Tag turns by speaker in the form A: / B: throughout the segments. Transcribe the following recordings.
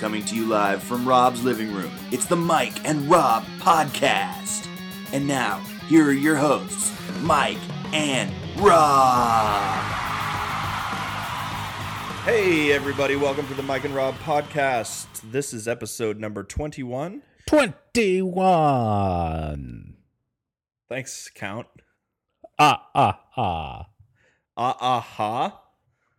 A: coming to you live from Rob's living room. It's the Mike and Rob podcast. And now, here are your hosts, Mike and Rob.
B: Hey, everybody, welcome to the Mike and Rob podcast. This is episode number 21.
C: 21.
B: Thanks, Count.
C: Ah, ah, ah.
B: Ah, ah, ha.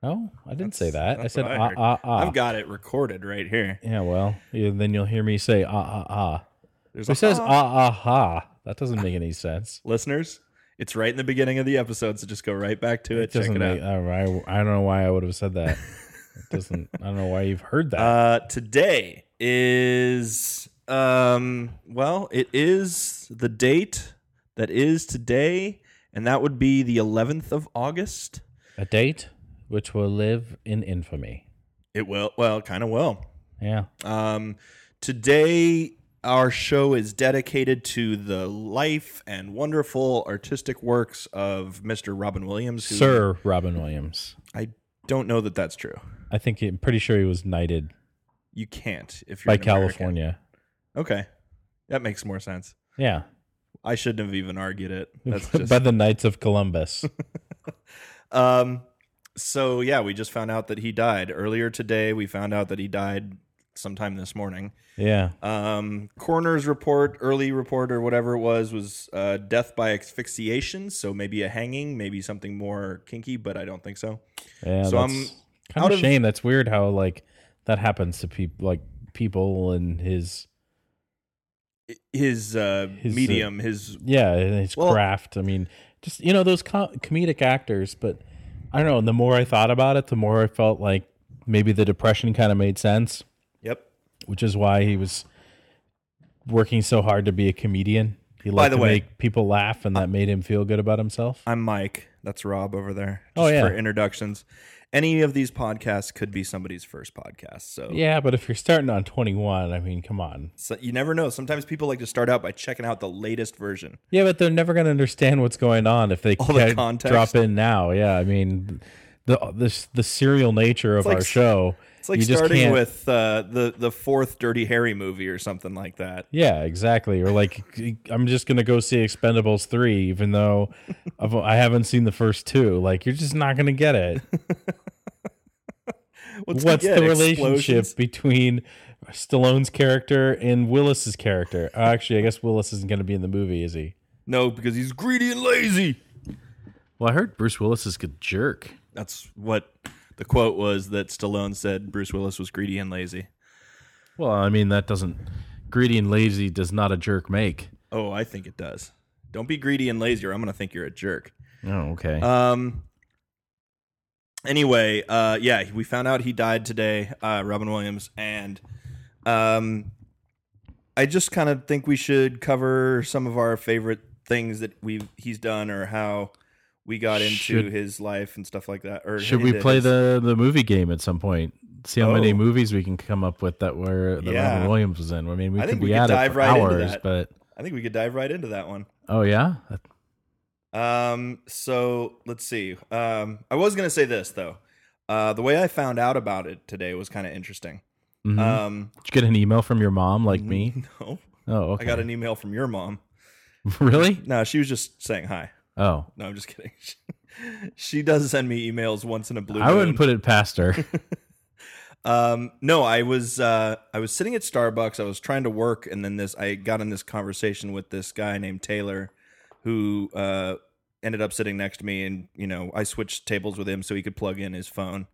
C: No, I didn't say that. I
B: That's
C: said
B: what
C: ah,
B: heard.
C: ah, ah.
B: I've got it recorded right here.
C: yeah, well, yeah, then you'll hear me say ah, ah, ah.
B: There's
C: It says
B: ha.
C: ah, ah, ha. That doesn't make any sense.
B: Listeners, it's right in the beginning of the episode, so just go right back to it. Check
C: doesn't
B: it
C: make,
B: out.
C: I, I don't know why I would have said that. It doesn't. I don't know why you've heard that.
B: Uh, today is, um, well, it is the date that is today, and that would be the 11th of August.
C: A date which will live in infamy.
B: It will, well, kind of will.
C: Yeah.
B: Um, today, our show is dedicated to the life and wonderful artistic works of Mr. Robin Williams. who-
C: Sir Robin Williams.
B: I don't know that that's true.
C: I think I'm pretty sure he was knighted
B: You can't if you're
C: by
B: an American.
C: California.
B: Okay, that makes more sense.
C: Yeah.
B: I shouldn't have even argued it. That's just
C: by the Knights of Columbus.
B: Um, so yeah, we just found out that he died earlier today. We found out that he died sometime this morning.
C: yeah.
B: Um, coroner's report, early report, or whatever it was, was uh, death by asphyxiation. So maybe a hanging, maybe something more kinky, but I don't think so.
C: Yeah,
B: So
C: that's
B: I'm
C: kind
B: out
C: of a
B: of-
C: shame. That's weird how like that happens to people like people in his
B: I- His, uh,
C: His, uh,
B: medium, his
C: yeah in his
B: Well-
C: craft. I mean, just you know those co- comedic actors. But I don't know. The more I thought about it, the more I felt like maybe the depression kind of made sense,
B: yep.
C: which is why he was working so hard to be a comedian. He liked
B: the
C: to
B: way-
C: make people laugh, and that made him feel good about himself.
B: I'm Mike. That's Rob over there.
C: Oh,
B: Just
C: yeah.
B: For introductions, any of these podcasts could be somebody's first podcast. So
C: yeah, but if you're starting on 21, I mean, come on.
B: So you never know. Sometimes people like to start out by checking out the latest version.
C: Yeah, but they're never going to understand what's going on if they
B: All the
C: can't
B: context.
C: drop in now. Yeah, I mean, the the the serial nature of
B: like
C: our
B: s-
C: show.
B: It's like
C: you just
B: starting
C: can't-
B: with uh, the the fourth Dirty Harry movie or something like that.
C: Yeah, exactly. Or like, I'm just gonna go see Expendables three, even though I've, I haven't seen the first two. Like, you're just not gonna get it.
B: What's,
C: What's
B: yeah,
C: the relationship
B: explosions.
C: between Stallone's character and Willis's character? Uh, Actually, I guess Willis isn't gonna be in the movie, is he?
B: No, because he's greedy and lazy.
C: Well, I heard Bruce Willis is a jerk.
B: That's what the quote was that Stallone said. Bruce Willis was greedy and lazy.
C: Well, I mean, that doesn't greedy and lazy does not a jerk make.
B: Oh, I think it does. Don't be greedy and lazy, or I'm gonna think you're a jerk.
C: Oh, okay.
B: Um. Anyway, uh, yeah, we found out he died today, uh, Robin Williams, and um, I just kind of think we should cover some of our favorite things that we have he's done or how we got into
C: Should-
B: his life and stuff like that. Or
C: Should we
B: into
C: play
B: his-
C: the the movie game at some point? See how many
B: Oh.
C: movies we can come up with that were that
B: Yeah.
C: Robin Williams was in. I mean, we
B: I
C: could
B: think
C: be
B: we could
C: at it
B: dive
C: for
B: right into
C: hours,
B: that.
C: but
B: I think we could dive right into that one.
C: oh yeah,
B: Um, so let's see. Um, I was gonna say this though. Uh, the way I found out about it today was kind of interesting.
C: Mhm.
B: Um,
C: did you get an email from your mom like me?
B: no,
C: Oh,
B: mm-hmm. I
C: okay.
B: got an email from your mom.
C: really?
B: No, she was just saying hi.
C: Oh,
B: No, I'm just kidding. she does send me emails once in a blue.
C: I
B: moon.
C: wouldn't put it past her.
B: Um, no, I was uh, I was sitting at Starbucks. I was trying to work, and then this I got in this conversation with this guy named Taylor, who uh, ended up sitting next to me, and you know I switched tables with him so he could plug in his phone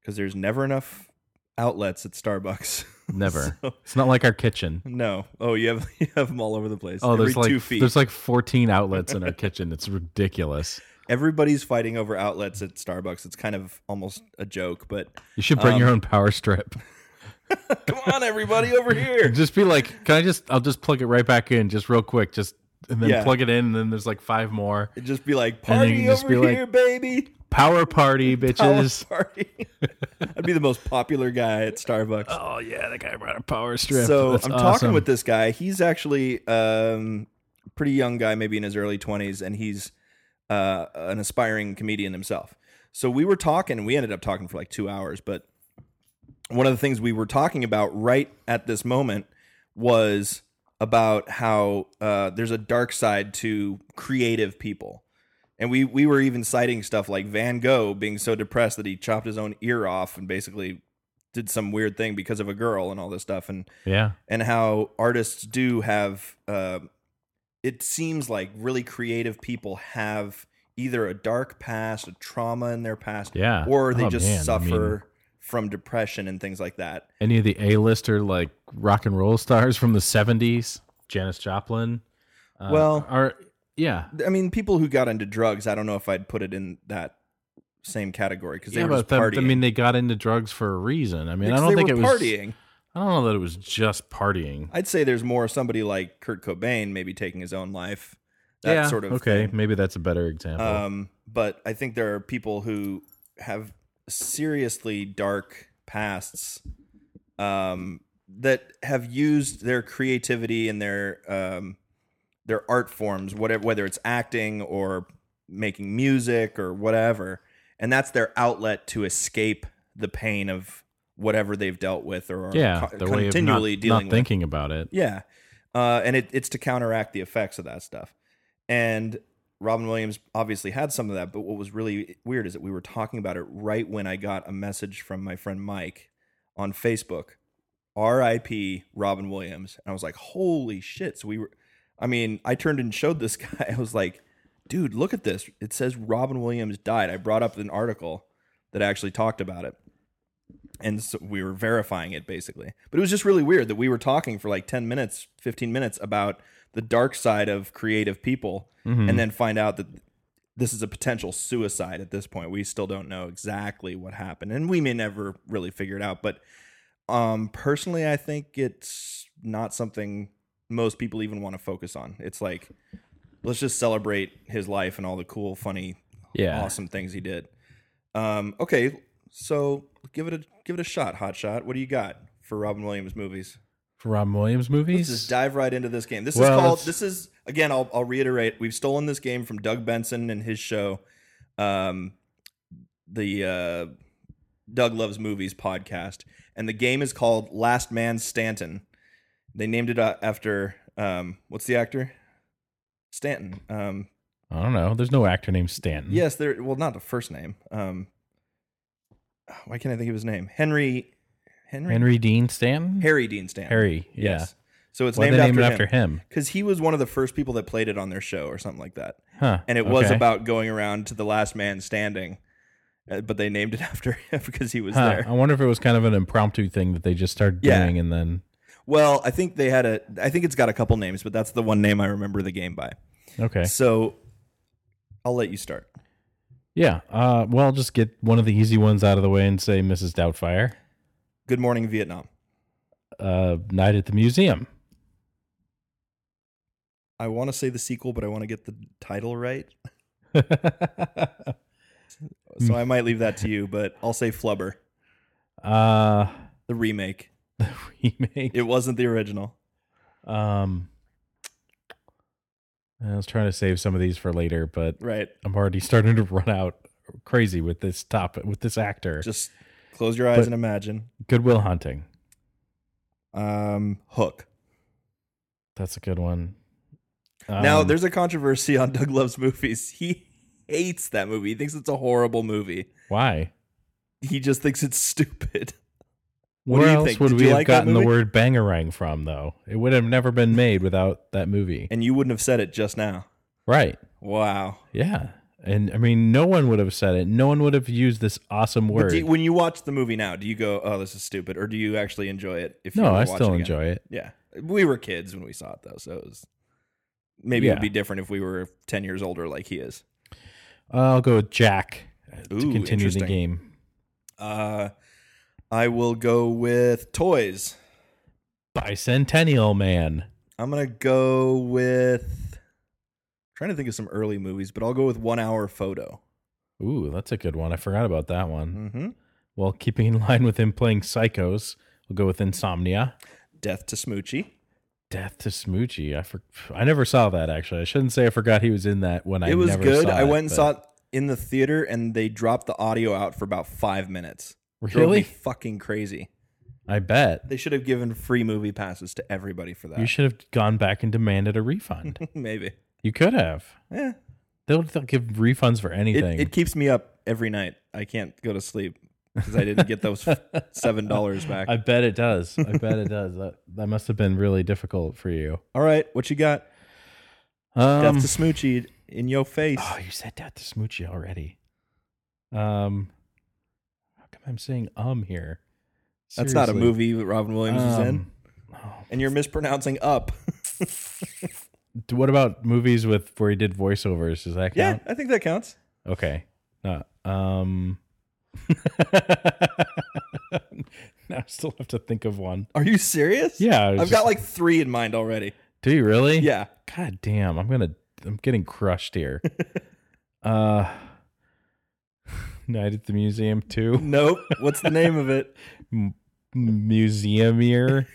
B: because there's never enough outlets at Starbucks.
C: Never.
B: So-
C: it's not like our kitchen.
B: no. Oh, you have you have them all over the place.
C: Oh,
B: Every
C: there's like
B: two feet.
C: there's like 14 outlets in our kitchen. It's ridiculous.
B: Everybody's fighting over outlets at Starbucks. It's kind of almost a joke, but
C: You should
B: Um,
C: bring your own power strip.
B: Come on, everybody over here.
C: Just be like, can I just? I'll just plug it right back in, just real quick, just and then
B: Yeah.
C: plug it in, and then there's like five more.
B: It'd Just be like,
C: And then you
B: party
C: can just
B: over
C: be like,
B: here, baby.
C: Power party,
B: Power
C: bitches.
B: party. I'd be the most popular guy at Starbucks.
C: Oh yeah, that guy brought a power strip.
B: So
C: That's
B: I'm
C: awesome.
B: talking with this guy. He's actually um, pretty young guy, maybe in his early 20s, and he's uh, an aspiring comedian himself. So we were talking. We ended up talking for like two hours, but one of the things we were talking about right at this moment was about how uh, there's a dark side to creative people. And we, we were even citing stuff like Van Gogh being so depressed that he chopped his own ear off and basically did some weird thing because of a girl and all this stuff. And
C: Yeah.
B: and how artists do have uh, it seems like really creative people have either a dark past a trauma in their past
C: Yeah.
B: or they
C: Oh,
B: just
C: man, I
B: suffer
C: mean-
B: from depression and things like that
C: Any of the A-lister like rock and roll stars from the 70s, Janis Joplin. Uh,
B: Well-
C: are yeah.
B: i mean people who got into drugs i don't know if i'd put it in that same category because they
C: yeah,
B: were just
C: but that-
B: partying
C: I mean they got into drugs for a reason. I mean, I
B: Because
C: don't
B: they
C: think
B: were
C: it was
B: partying
C: I don't know that it was just partying.
B: i'd say there's more somebody like kurt cobain maybe taking his own life that
C: yeah,
B: sort of
C: Okay,
B: thing.
C: maybe that's a better example.
B: Um, but I think there are people who have seriously dark pasts um, that have used their creativity and their um, their art forms, whatever, whether it's acting or making music or whatever, and that's their outlet to escape the pain of whatever they've dealt with or are
C: yeah,
B: co-
C: the way of not,
B: continually
C: not
B: dealing with.
C: thinking about it.
B: Yeah. Uh, and it, it's to counteract the effects of that stuff. And Robin Williams obviously had some of that, but what was really weird is that we were talking about it right when I got a message from my friend Mike on Facebook, RIP Robin Williams. And I was like, holy shit. So we were, I mean, I turned and showed this guy. I was like, dude, look at this. It says Robin Williams died. I brought up an article that actually talked about it and so we were verifying it basically but it was just really weird that we were talking for like 10 minutes 15 minutes about the dark side of creative people
C: Mhm.
B: and then find out that this is a potential suicide at this point we still don't know exactly what happened and we may never really figure it out but um personally i think it's not something most people even want to focus on it's like let's just celebrate his life and all the cool funny
C: yeah,
B: awesome things he did. Um, okay, so give it a give it a shot, hot shot. What do you got for Robin Williams movies?
C: for Robin Williams
B: Let's just
C: movies.
B: dive right into this game. This
C: Well,
B: is called.
C: it's-
B: This is again. I'll I'll reiterate. We've stolen this game from Doug Benson and his show, um, the uh, Doug Loves Movies podcast, and the game is called Last Man Stanton. They named it uh, after um, what's the actor? Stanton. Um,
C: I don't know. There's no actor named Stanton.
B: Yes, there. Well, not the first name. Um, why can't I think of his name? Henry, Henry,
C: Henry Dean Stanton.
B: Harry Dean Stanton.
C: Harry, yeah.
B: So it's
C: Why
B: named
C: they named
B: after,
C: it
B: him.
C: after him?
B: Because he was one of the first people that played it on their show or something like that,
C: Huh.
B: and it was
C: okay.
B: about going around to the last man standing, uh, but they named it after him because he was
C: Huh.
B: there.
C: I wonder if it was kind of an impromptu thing that they just started
B: Yeah.
C: doing and then
B: Well, I think they had a. I think it's got a couple names, but that's the one name I remember the game by.
C: okay.
B: So, I'll let you start.
C: Yeah. Uh, well, I'll just get one of the easy ones out of the way and say Mrs. Doubtfire.
B: Good morning, Vietnam.
C: Uh, Night at the Museum.
B: I want to say the sequel, but I want to get the title right.
C: uh, Mm.
B: So I might leave that to you, but I'll say Flubber, the remake.
C: Uh, remake.
B: It wasn't the original.
C: Um, I was trying to save some of these for later, but
B: Right.
C: I'm already starting to run out crazy with this top with this actor.
B: Just close your eyes
C: But-
B: and imagine.
C: Goodwill Hunting.
B: Um, Hook.
C: That's a good one.
B: now,
C: Um,
B: there's a controversy on Doug Love's movies. He hates that movie. He thinks it's a horrible movie.
C: why?
B: He just thinks it's stupid. What
C: Where
B: do you
C: else
B: think?
C: would
B: Did
C: we
B: you
C: have
B: like that
C: gotten the
B: movie?
C: word bangarang from, though? It would have never been made without that movie.
B: And you wouldn't have said it just now.
C: Right.
B: Wow.
C: Yeah. And I mean, no one would have said it. No one would have used this awesome
B: But
C: word.
B: do you- when you watch the movie now, do you go, "Oh, this is stupid," or do you actually enjoy it? If you
C: no,
B: were to
C: I
B: watch
C: still
B: it again?
C: enjoy it.
B: Yeah. We were kids when we saw it though, so it was maybe it
C: Yeah.
B: would be different if we were 10 years older like he is.
C: I'll go with Jack to
B: Ooh,
C: continue the
B: interesting.
C: game.
B: Uh I will go with toys.
C: Bicentennial Man.
B: I'm going to go with trying to think of some early movies, but I'll go with 1 hour photo.
C: Ooh, that's a good one. I forgot about that one.
B: Mhm.
C: Well, keeping in line with him playing Psychos, we'll go with Insomnia.
B: Death to Smoochie.
C: Death to Smoochie. I for- I never saw that actually. I shouldn't say I forgot he was in that when I
B: it was
C: never
B: good.
C: saw
B: I
C: it,
B: went and
C: but-
B: saw it in the theater and they dropped the audio out for about 5 minutes. Drove me
C: Really?
B: fucking crazy.
C: I bet
B: They should have given free movie passes to everybody for that.
C: you should have gone back and demanded a refund.
B: Maybe.
C: you could have.
B: Yeah.
C: They'll, they'll give refunds for
B: It,
C: anything.
B: it keeps me up every night. I can't go to sleep because I didn't get those seven dollars back.
C: I bet it does. I bet it does. That that must have been really difficult for you.
B: All right, what you got?
C: Um,
B: Death to Smoochie in your face.
C: oh, you said that to Smoochie already. Um, how come I'm saying um here?
B: That's not a
C: Seriously.
B: movie that Robin Williams is in,
C: Um, oh,
B: and you're mispronouncing up.
C: d- what about movies with where he did voiceovers? Does that
B: yeah,
C: count?
B: I think that counts.
C: Okay. No. Um. now I still have to think of one.
B: Are you serious?
C: Yeah, I was
B: I've got
C: just-
B: like three in mind already.
C: Do you really?
B: Yeah,
C: God damn, I'm gonna I'm getting crushed here. uh Night at the Museum too.
B: nope. What's the name of it?
C: Museumier.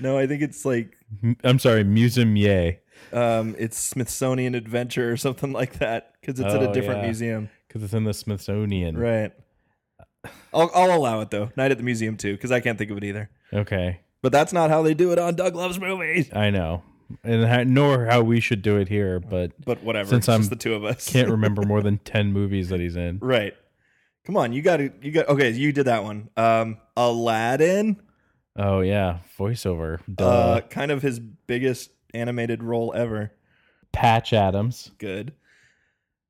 B: No, I think it's like
C: M- I'm sorry, Museumier.
B: um, it's Smithsonian Adventure or something like that because it's at a
C: Oh,
B: different
C: yeah.
B: museum.
C: Because it's in the Smithsonian.
B: Right. I'll, I'll allow it though. Night at the museum too, because I can't think of it either.
C: Okay.
B: But that's not how they do it on Doug Loves Movies.
C: I know. And how, nor how we should do it here, but
B: But whatever.
C: Since
B: it's just
C: I'm-
B: the two of us.
C: can't remember more than ten movies that he's in.
B: right. Come on, you got to You got okay. You did that one. Um, Aladdin.
C: Oh yeah. Voiceover. Duh.
B: Uh, kind of his biggest animated role ever.
C: Patch Adams.
B: Good.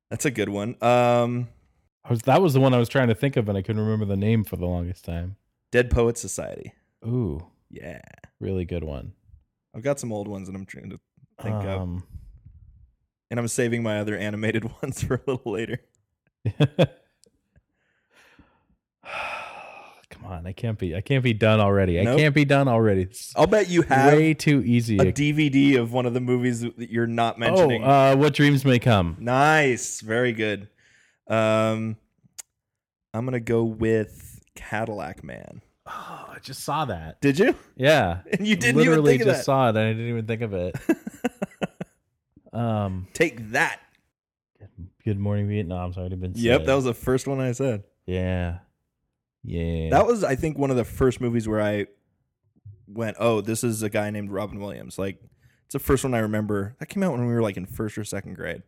B: That's a good one. Um,
C: I was, that was the one I was trying to think of and I couldn't remember the name for the longest time.
B: Dead Poet Society.
C: Ooh,
B: Yeah,
C: really good one.
B: I've got some old ones that I'm trying to think of,
C: um,
B: and I'm saving my other animated ones for a little later.
C: Come on, I can't be. I can't be done already. I
B: Nope.
C: can't be done already. It's
B: I'll bet you have
C: way too easy.
B: a DVD of one of the movies that you're not
C: oh,
B: mentioning.
C: uh, what dreams may come.
B: nice, very good. Um, I'm gonna go with Cadillac Man.
C: Oh, I just saw that.
B: Did you?
C: Yeah,
B: And you didn't even
C: literally
B: think of
C: just
B: that.
C: saw it, and I didn't even think of it. um,
B: Take that.
C: Good Morning Vietnam's already been.
B: Yep,
C: said.
B: that was the first one I said.
C: yeah, yeah.
B: That was, I think, one of the first movies where I went, "Oh, this is a guy named Robin Williams." Like, it's the first one I remember. That came out when we were like in first or second grade.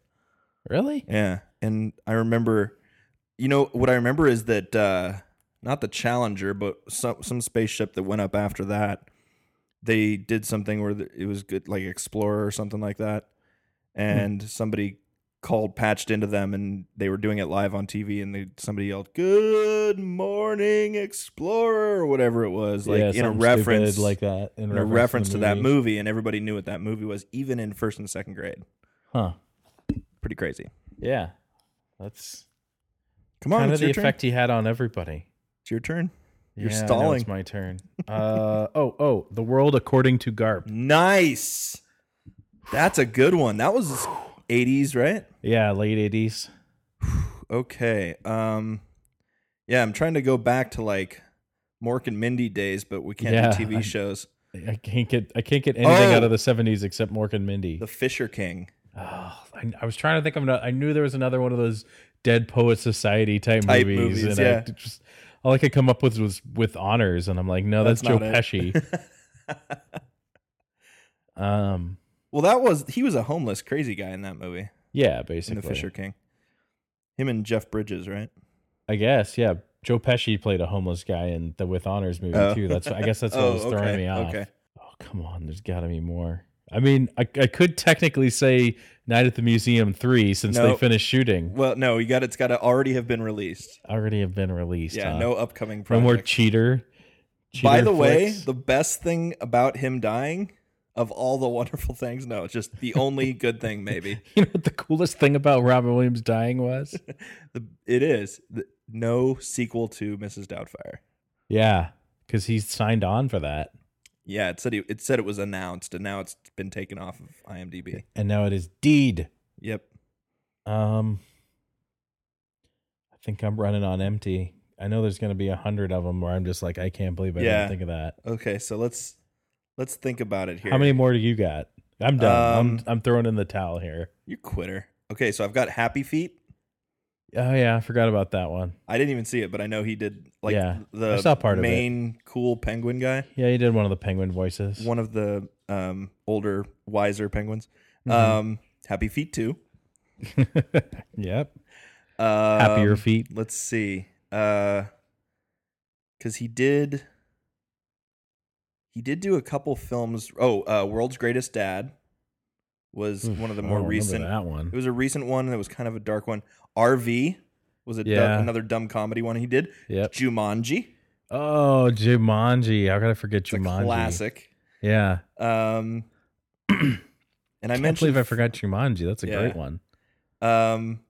C: really.
B: Yeah, and I remember, you know, what I remember is that uh, not the Challenger, but some some spaceship that went up after that. They did something where the- it was good, like Explorer or something like that,
C: Hmm.
B: and somebody called patched into them, and they were doing it live on TV, and they, somebody yelled "Good morning, Explorer" or whatever it was, like
C: Yeah,
B: in a
C: something
B: reference,
C: stupid like that. In,
B: in a reference to that movie, and everybody knew what that movie was, even in first and second grade.
C: huh?
B: Pretty crazy.
C: Yeah, that's
B: Come on,
C: kind of
B: it's
C: the
B: your turn.
C: effect he had on everybody.
B: It's your turn. You're
C: Yeah, I know
B: stalling.
C: It's my turn. Uh, oh, oh, the world according to Garp.
B: Nice. That's a good one. That was 80s, right?
C: Yeah, late eighties.
B: Okay. Um Yeah, I'm trying to go back to like Mork and Mindy days, but we can't
C: Yeah,
B: do TV
C: I-
B: shows.
C: I can't get I can't get anything
B: Oh!
C: out of the seventies except Mork and Mindy.
B: The Fisher King
C: oh, I, I was trying to think of another. I knew there was another one of those Dead Poet Society type,
B: Type
C: movies,
B: movies,
C: and I
B: yeah.
C: d- just all I could come up with was with honors, and I'm like, no, that's,
B: That's
C: Joe
B: not
C: Pesci. um,
B: Well, that was he was a homeless crazy guy in that movie.
C: yeah,
B: In
C: basically,
B: The Fisher King. Him and Jeff Bridges, right?
C: I guess, yeah. Joe Pesci played a homeless guy in the With Honors movie
B: Oh.
C: too. That's I guess that's what
B: Oh,
C: was throwing
B: okay,
C: me off.
B: okay.
C: Oh come on, there's got to be more. I mean, I, I could technically say Night at the Museum three since they
B: No.
C: finished shooting.
B: Well, no, you got it's got to already have been released.
C: Already have been released.
B: Yeah,
C: huh?
B: no upcoming
C: No more
B: project.
C: cheater.
B: By
C: cheater
B: the way,
C: flicks.
B: the best thing about him dying of all the wonderful things, no, it's just the only good thing maybe.
C: you know what the coolest thing about Robin Williams dying was?
B: The, it is The- no sequel to Mrs. Doubtfire.
C: yeah, because he signed on for that,
B: Yeah, it said he, it said it was announced, and now it's been taken off of IMDb.
C: and now it is deed.
B: Yep.
C: Um, I think I'm running on empty. I know there's going to be a hundred of them where I'm just like, I can't believe I
B: Yeah.
C: didn't think of that.
B: Okay, so let's let's think about it here.
C: How many more do you got? I'm done.
B: Um,
C: I'm I'm throwing in the towel here.
B: You quitter. Okay, so I've got Happy Feet.
C: Oh yeah, I forgot about that one.
B: I didn't even see it, but I know he did like
C: Yeah,
B: the
C: I saw part of it.
B: main cool penguin guy,
C: Yeah, he did one of the penguin voices.
B: one of the um, older, wiser penguins.
C: Mhm.
B: Um, Happy Feet too.
C: yep.
B: Um,
C: Happier feet.
B: Let's see. Because he did. He did do a couple films. Oh, uh, World's Greatest Dad was
C: Oof,
B: one of the
C: I
B: more
C: don't remember
B: recent.
C: that one.
B: It was a recent one that was kind of a dark one. RV was a dumb-
C: Yeah.
B: another dumb comedy one he did.
C: Yep.
B: Jumanji,
C: Oh, Jumanji. How could I forget
B: it's a
C: Jumanji?
B: classic.
C: Yeah.
B: Um, and I
C: I can't
B: mentioned
C: believe I forgot Jumanji. That's a
B: Yeah.
C: great one.
B: Um,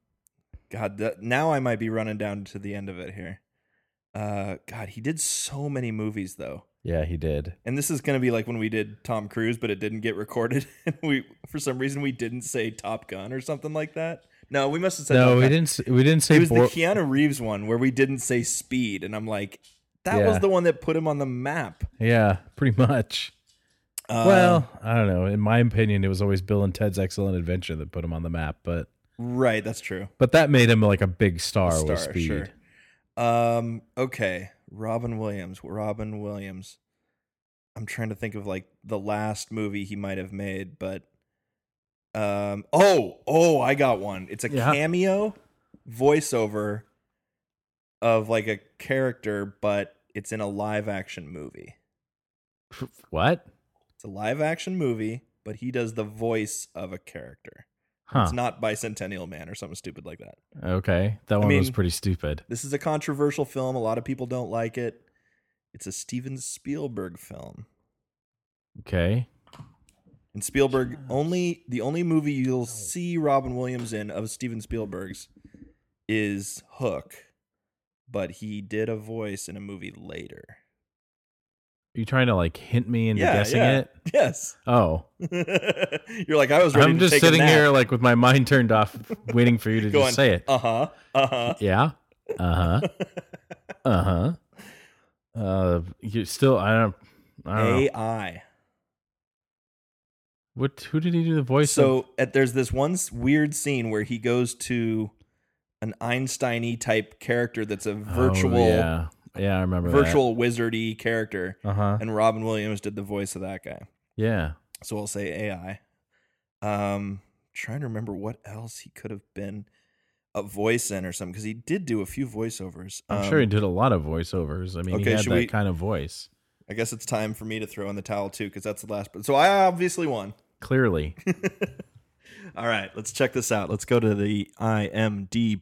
B: God, that, now I might be running down to the end of it here. Uh, God, he did so many movies though,
C: Yeah, he did.
B: and this is gonna be like when we did Tom Cruise, but it didn't get recorded. And we, for some reason, we didn't say Top Gun or something like that. No, we must have said.
C: no,
B: Top
C: we
B: Gun.
C: didn't. s- We didn't
B: It
C: say.
B: was
C: Bor-
B: the Keanu Reeves one where we didn't say Speed, and I'm like, that was
C: Yeah.
B: the one that put him on the map.
C: yeah, pretty much.
B: Uh,
C: well, I don't know. In my opinion, it was always Bill and Ted's Excellent Adventure that put him on the map, but
B: right, that's true.
C: but that made him like a big star, with
B: Star,
C: Speed.
B: sure. Um, okay. Robin Williams. Robin Williams. I'm trying to think of like the last movie he might have made, but um oh, oh, I got one. It's a
C: Yeah.
B: cameo voiceover of like a character, but it's in a live action movie.
C: What?
B: It's a live action movie, but he does the voice of a character.
C: Huh.
B: It's not Bicentennial Man or something stupid like that.
C: okay, that one was
B: mean-
C: pretty stupid.
B: This is a controversial film. A lot of people don't like it. It's a Steven Spielberg film.
C: Okay.
B: And Spielberg only the only movie you'll see Robin Williams in of Steven Spielberg's is Hook. But he did a voice in a movie later.
C: Are you trying to like hint me into
B: Yeah,
C: guessing
B: yeah.
C: it?
B: Yes.
C: Oh,
B: You're like I was ready
C: I'm
B: to
C: just
B: take a
C: sitting
B: nap.
C: here like with my mind turned off, waiting for you to
B: Going,
C: just say it.
B: Uh-huh. Uh-huh.
C: yeah. Uh huh. Uh huh. Uh, you still? I don't. I don't know.
B: AI.
C: What? Who did he do the voice? of?
B: So at, there's this one s- weird scene where he goes to an Einstein-y type character that's a virtual,
C: Oh, yeah. Yeah, I remember.
B: virtual wizardy character,
C: Uh huh.
B: and Robin Williams did the voice of that guy.
C: Yeah.
B: So I'll say AI. Um, trying to remember what else he could have been a voice in or something because he did do a few voiceovers.
C: I'm
B: Um,
C: sure he did a lot of voiceovers. I mean,
B: okay,
C: he had
B: should
C: that
B: we-
C: kind of voice.
B: I guess it's time for me to throw in the towel too because that's the last. But so I obviously won.
C: Clearly.
B: All right, let's check this out. Let's go to the IMDb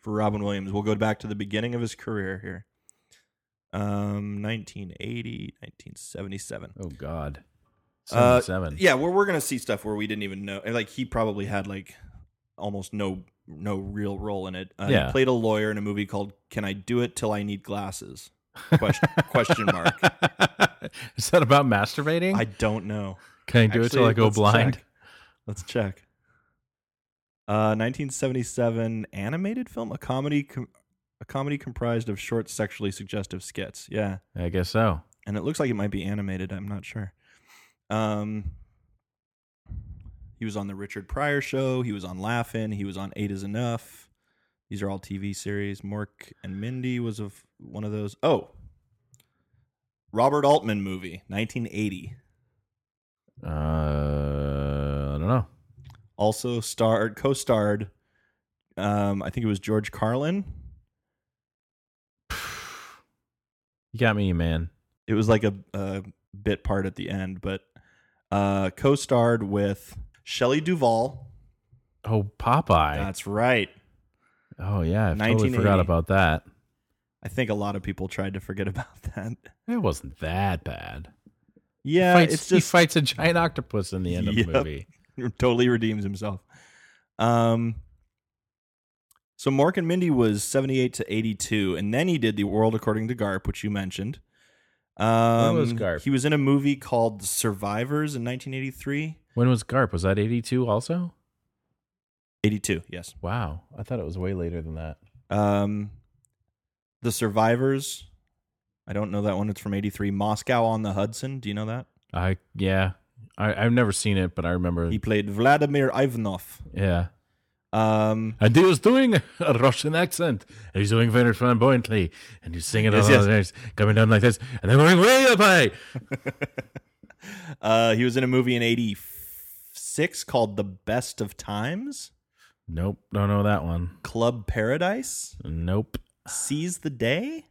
B: for Robin Williams. We'll go back to the beginning of his career here. Um 1980, 1977.
C: oh God.
B: Uh,
C: Seventy-seven.
B: Yeah, we're we're going to see stuff where we didn't even know. Like he probably had like almost no no real role in it. Uh,
C: Yeah.
B: He played a lawyer in a movie called Can I Do It Till I Need Glasses? Question, question mark.
C: Is that about masturbating?
B: I don't know.
C: Can I do it till I
B: Actually,
C: go
B: let's
C: blind?
B: check. Let's check. Uh, 1977 animated film, a comedy, com- a comedy comprised of short sexually suggestive skits. Yeah,
C: I guess so.
B: and it looks like it might be animated. I'm not sure. Um, he was on the Richard Pryor show. He was on Laughing. He was on Eight Is Enough. These are all TV series. Mork and Mindy was of one of those. Oh, Robert Altman movie, 1980.
C: Uh, I don't know.
B: also starred co-starred um i think it was george carlin
C: You got me, man.
B: it was like a, a bit part at the end but uh co-starred with shelley duvall
C: Oh, Popeye.
B: that's right
C: oh yeah, I totally
B: 1980.
C: forgot about that.
B: i think a lot of people tried to forget about that
C: It wasn't that bad.
B: yeah
C: fights,
B: Uh, it's
C: he
B: just
C: fights a giant octopus in the end of
B: Yep.
C: the movie.
B: totally redeems himself um so mork and mindy was 78 to 82 and then he did the world according to garp which you mentioned um
C: was Garp?
B: he was in a movie called survivors in 1983
C: When was Garp? Was that eighty-two also?
B: 82 yes
C: Wow, I thought it was way later than that.
B: um the survivors i don't know that one it's from 83 moscow on the hudson do you know that
C: I yeah, I, I've never seen it, but I remember.
B: he played vladimir ivanov
C: yeah,
B: Um,
C: And he was doing a Russian accent. And he's doing very flamboyantly. And he's singing
B: Yes,
C: all
B: yes.
C: the lyrics, coming down like this. And then going way up high.
B: uh, he was in a movie in '86 called The Best of Times,
C: Nope. Don't know that one.
B: Club Paradise,
C: Nope.
B: Seize the Day,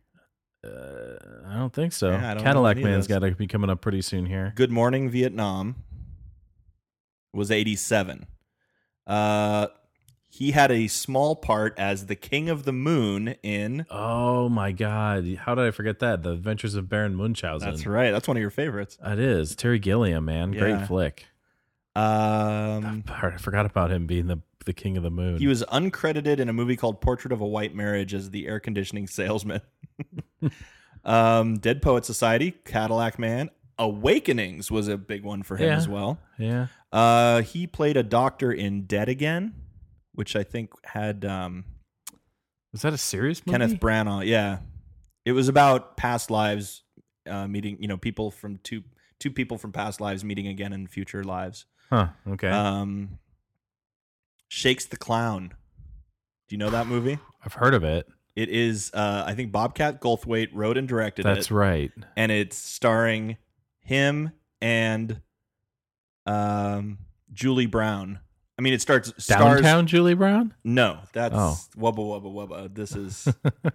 C: Uh, I don't think so.
B: Yeah, I don't know
C: Cadillac
B: any of
C: Man's
B: those.
C: got to be coming up pretty soon here.
B: Good Morning Vietnam was 87. Uh, he had a small part as the King of the Moon in.
C: Oh my God. How did I forget that? The Adventures of Baron Munchausen.
B: That's right. That's one of your favorites.
C: That is. Terry Gilliam, man.
B: Yeah.
C: Great flick.
B: Um,
C: That part, I forgot about him being the, the king of the moon.
B: he was uncredited in a movie called Portrait of a White Marriage as the air conditioning salesman. um, Dead Poet Society, Cadillac Man, Awakenings was a big one for him
C: Yeah.
B: as well.
C: yeah.
B: Uh, he played a doctor in Dead Again, which I think had um,
C: Was that a serious movie?
B: Kenneth Branagh. Yeah, it was about past lives uh, meeting. You know, people from two two people from past lives meeting again in future lives.
C: Huh. Okay.
B: Um, Shakes the Clown. Do you know that movie?
C: I've heard of it.
B: It is, uh, I think, Bobcat Goldthwait wrote and directed
C: That's
B: it,
C: right.
B: and it's starring him and um, Julie Brown. I mean, it starts stars.
C: Downtown Julie Brown?
B: No, that's
C: Oh.
B: wubba wubba wubba. This is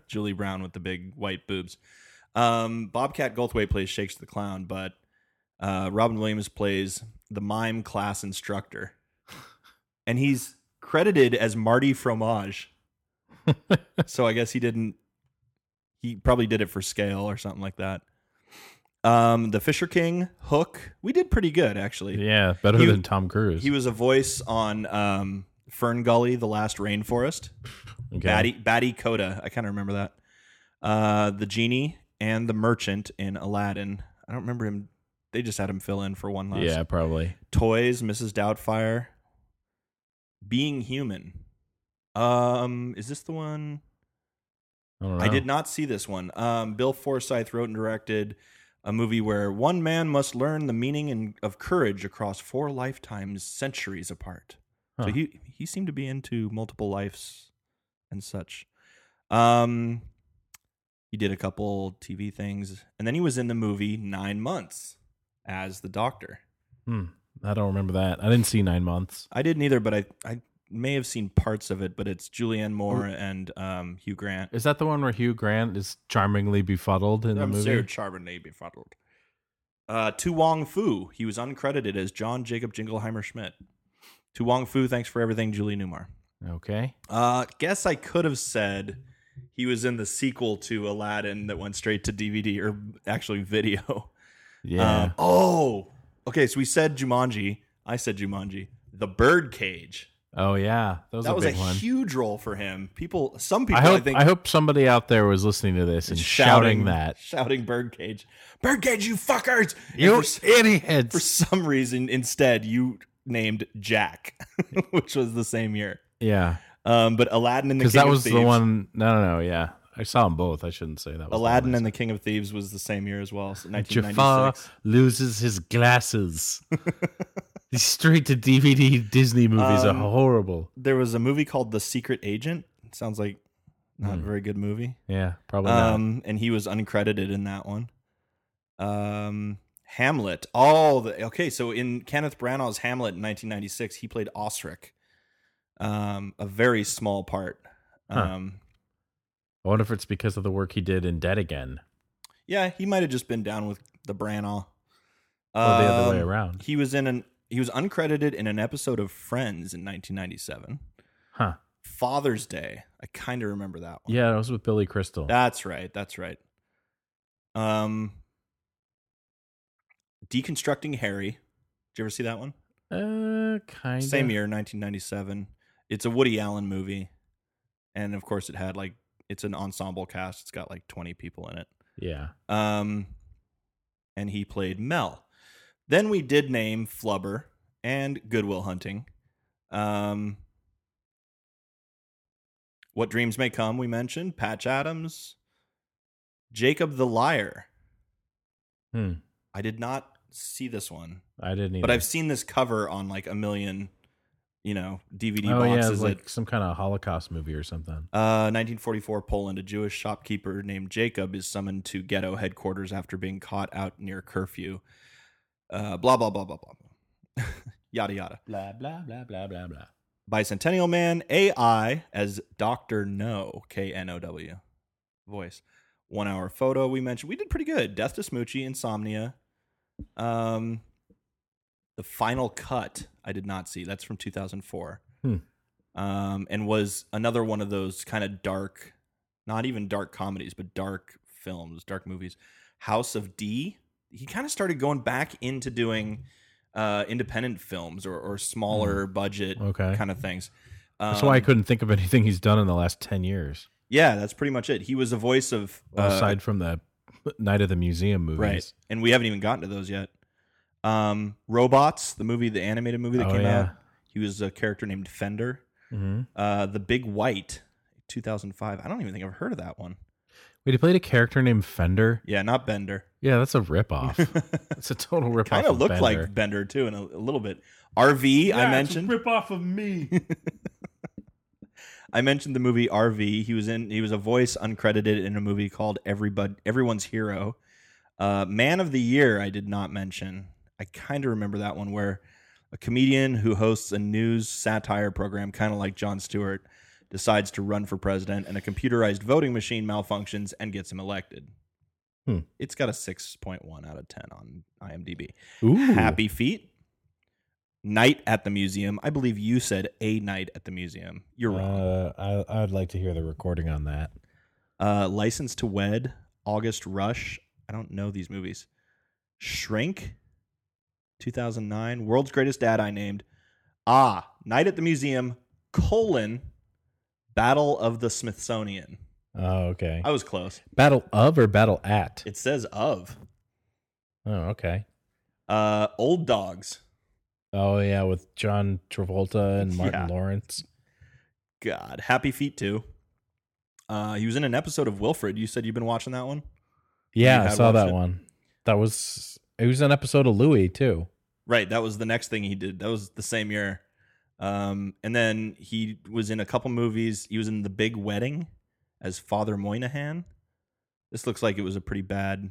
B: Julie Brown with the big white boobs. Um, Bobcat Goldthwait plays Shakes the Clown, but uh, Robin Williams plays the mime class instructor, and he's credited as Marty Fromage. so I guess he didn't. He probably did it for scale or something like that. Um, the Fisher King, Hook. We did pretty good actually.
C: Yeah, better
B: He-
C: than Tom Cruise.
B: He was a voice on um, Fern Gully, The Last Rainforest.
C: okay.
B: Batty, Batty Coda. I kind of remember that. Uh, the genie and the merchant in Aladdin. I don't remember him. They just had him fill in for one last.
C: Yeah, probably.
B: Toys, Mrs. Doubtfire. Being human. Um, is this the one?
C: I don't know.
B: I did not see this one. Um, Bill Forsyth wrote and directed a movie where one man must learn the meaning and of courage across four lifetimes, centuries apart. So
C: Huh.
B: he he seemed to be into multiple lives and such. Um, he did a couple TV things, and then he was in the movie Nine Months as the Doctor.
C: Hmm. I don't remember that. I didn't see Nine Months.
B: I didn't either, but I I may have seen parts of it. But it's Julianne Moore and um, Hugh Grant.
C: Is that the one where Hugh Grant is charmingly befuddled in the
B: I'm
C: movie?
B: so charmingly befuddled. Uh, Tu Wong Fu. He was uncredited as John Jacob Jingleheimer Schmidt. Tu Wong Fu, thanks for everything, Julie Newmar.
C: Okay.
B: Uh, guess I could have said he was in the sequel to Aladdin that went straight to DVD or actually video.
C: Yeah.
B: Um, oh, okay. So we said Jumanji. I said Jumanji. The Birdcage.
C: oh yeah. That was
B: That
C: a
B: was a
C: big one.
B: huge role for him. People, some people,
C: I
B: I,
C: hope I,
B: think,
C: hope somebody out there was listening to this and shouting, that.
B: shouting Birdcage, Birdcage, you fuckers! And
C: You
B: for s-
C: idiots.
B: for some reason instead you named Jack, which was the same year.
C: yeah.
B: Um, but Aladdin and the
C: Because
B: King
C: that
B: of
C: was the
B: Thieves-
C: one no no no, yeah. I saw them both. I shouldn't say that was the one
B: Aladdin
C: I
B: and the King of Thieves was the same year as well, so
C: Jafar
B: 1996.
C: loses his glasses. These straight to DVD Disney movies
B: Um,
C: are horrible.
B: There was a movie called The Secret Agent. It sounds like not
C: Hmm.
B: a very good movie.
C: Yeah, probably not.
B: Um, and he was uncredited in that one. Um, Hamlet. All the okay. So in Kenneth Branagh's Hamlet in 1996, he played Osric, um, a very small part.
C: Huh.
B: Um,
C: I wonder if it's because of the work he did in Dead Again
B: Yeah, he might have just been down with the Branagh.
C: or the other way
B: Um,
C: around.
B: He was in an he was uncredited in an episode of Friends in 1997.
C: Huh.
B: Father's Day. I kind of remember that one.
C: Yeah, it was with Billy Crystal.
B: That's right. That's right. Um Deconstructing Harry. Did you ever see that one?
C: uh, kind
B: Same year, 1997. It's a Woody Allen movie. And of course it had like it's an ensemble cast. It's got like 20 people in it.
C: Yeah.
B: Um, and he played Mel. Then we did name Flubber and Goodwill Hunting. Um, what Dreams May Come, we mentioned. Patch Adams. Jacob the Liar.
C: Hmm.
B: I did not see this one,
C: I didn't. Either.
B: but I've seen this cover on like a million you know, DVD
C: oh yeah,
B: boxes
C: it's
B: like
C: like some kind of Holocaust movie or something.
B: Uh, 1944 Poland, a Jewish shopkeeper named Jacob is summoned to ghetto headquarters after being caught out near curfew. Uh, blah, blah, blah, blah, blah. yada, yada.
C: Blah blah blah blah blah blah.
B: Bicentennial Man, AI, as Dr. No, K N O W. Voice. One hour photo we mentioned. We did pretty good. Death to Smoochie, Insomnia. Um, the Final Cut, I did not see. That's from 2004.
C: Hmm.
B: Um, and was another one of those kind of dark, not even dark comedies, but dark films, dark movies. House of D. He kind of started going back into doing uh, independent films or, or smaller budget
C: Okay.
B: kind of things. Um,
C: That's why I couldn't think of anything he's done in the last ten years,
B: Yeah, that's pretty much it. He was the voice of uh,
C: aside from the Night of the Museum movies.
B: right, and we haven't even gotten to those yet. Um, Robots, the movie, the animated movie that
C: Oh,
B: came out.
C: yeah.
B: He was a character named Fender.
C: hmm
B: Uh, the Big White, 2005. I don't even think I've heard of that one.
C: Wait, he played a character named Fender.
B: Yeah, not Bender.
C: Yeah, that's a ripoff. it's a total ripoff.
B: kind of
C: of
B: looked
C: Bender.
B: like Bender too, in a, a little bit. RV, I mentioned.
C: rip off of me.
B: I mentioned the movie RV. He was in. He was a voice uncredited in a movie called Everybody, Everyone's Hero. Uh, Man of the Year. I did not mention. I kind of remember that one where a comedian who hosts a news satire program, kind of like Jon Stewart, decides to run for president, and a computerized voting machine malfunctions and gets him elected.
C: Hmm.
B: It's got a six point one out of ten on IMDb.
C: Ooh,
B: Happy Feet. Night at the Museum. I believe you said a night at the museum. You're wrong.
C: Uh, I I'd like to hear the recording on that.
B: Uh, License to Wed, August Rush. I don't know these movies. Shrink, 2009. World's Greatest Dad I Named. Ah, Night at the Museum, colon, Battle of the Smithsonian.
C: Oh, okay.
B: I was close.
C: Battle of or battle at?
B: It says of.
C: Oh, okay.
B: Uh, Old Dogs.
C: Oh yeah, with John Travolta and Martin
B: Yeah.
C: Lawrence.
B: God. Happy Feet too. Uh, he was in an episode of Wilfred. You said you've been watching that one?
C: Yeah,
B: You
C: I
B: had
C: saw
B: watched
C: that
B: it?
C: one. That was it was an episode of Louis too.
B: Right, that was the next thing he did. That was the same year. Um, and then he was in a couple movies. He was in The Big Wedding as Father Moynihan. This looks like it was a pretty bad.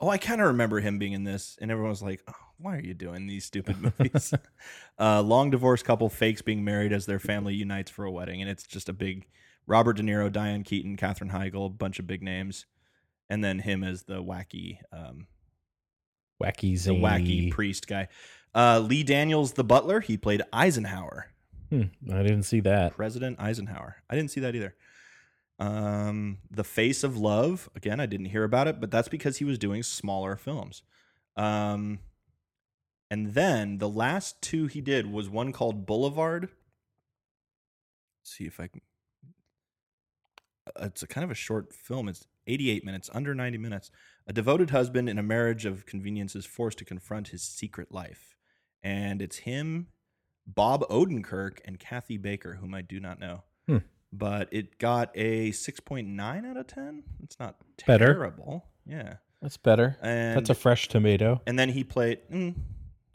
B: Oh, I kind of remember him being in this, and everyone was like, oh, "Why are you doing these stupid movies?" uh, long divorced couple fakes being married as their family unites for a wedding, and it's just a big Robert De Niro, Diane Keaton, Katherine Heigl, a bunch of big names, and then him as the wacky um,
C: Wacky
B: the
C: zany.
B: wacky priest guy. Uh, Lee Daniels, the butler, he played Eisenhower,
C: Hmm, I didn't see that.
B: President Eisenhower. I didn't see that either. Um, the Face of Love, again, I didn't hear about it, but that's because he was doing smaller films. Um, and then the last two he did was one called Boulevard. see if I can. Uh, It's a kind of a short film. It's 88 minutes, under 90 minutes. A devoted husband in a marriage of convenience is forced to confront his secret life. And it's him, Bob Odenkirk, and Kathy Baker, whom I do not know.
C: Hmm.
B: But it got a 6.9 out of 10. It's not
C: Better.
B: terrible. Yeah.
C: That's better.
B: And
C: That's a fresh tomato.
B: and then he played. Mm,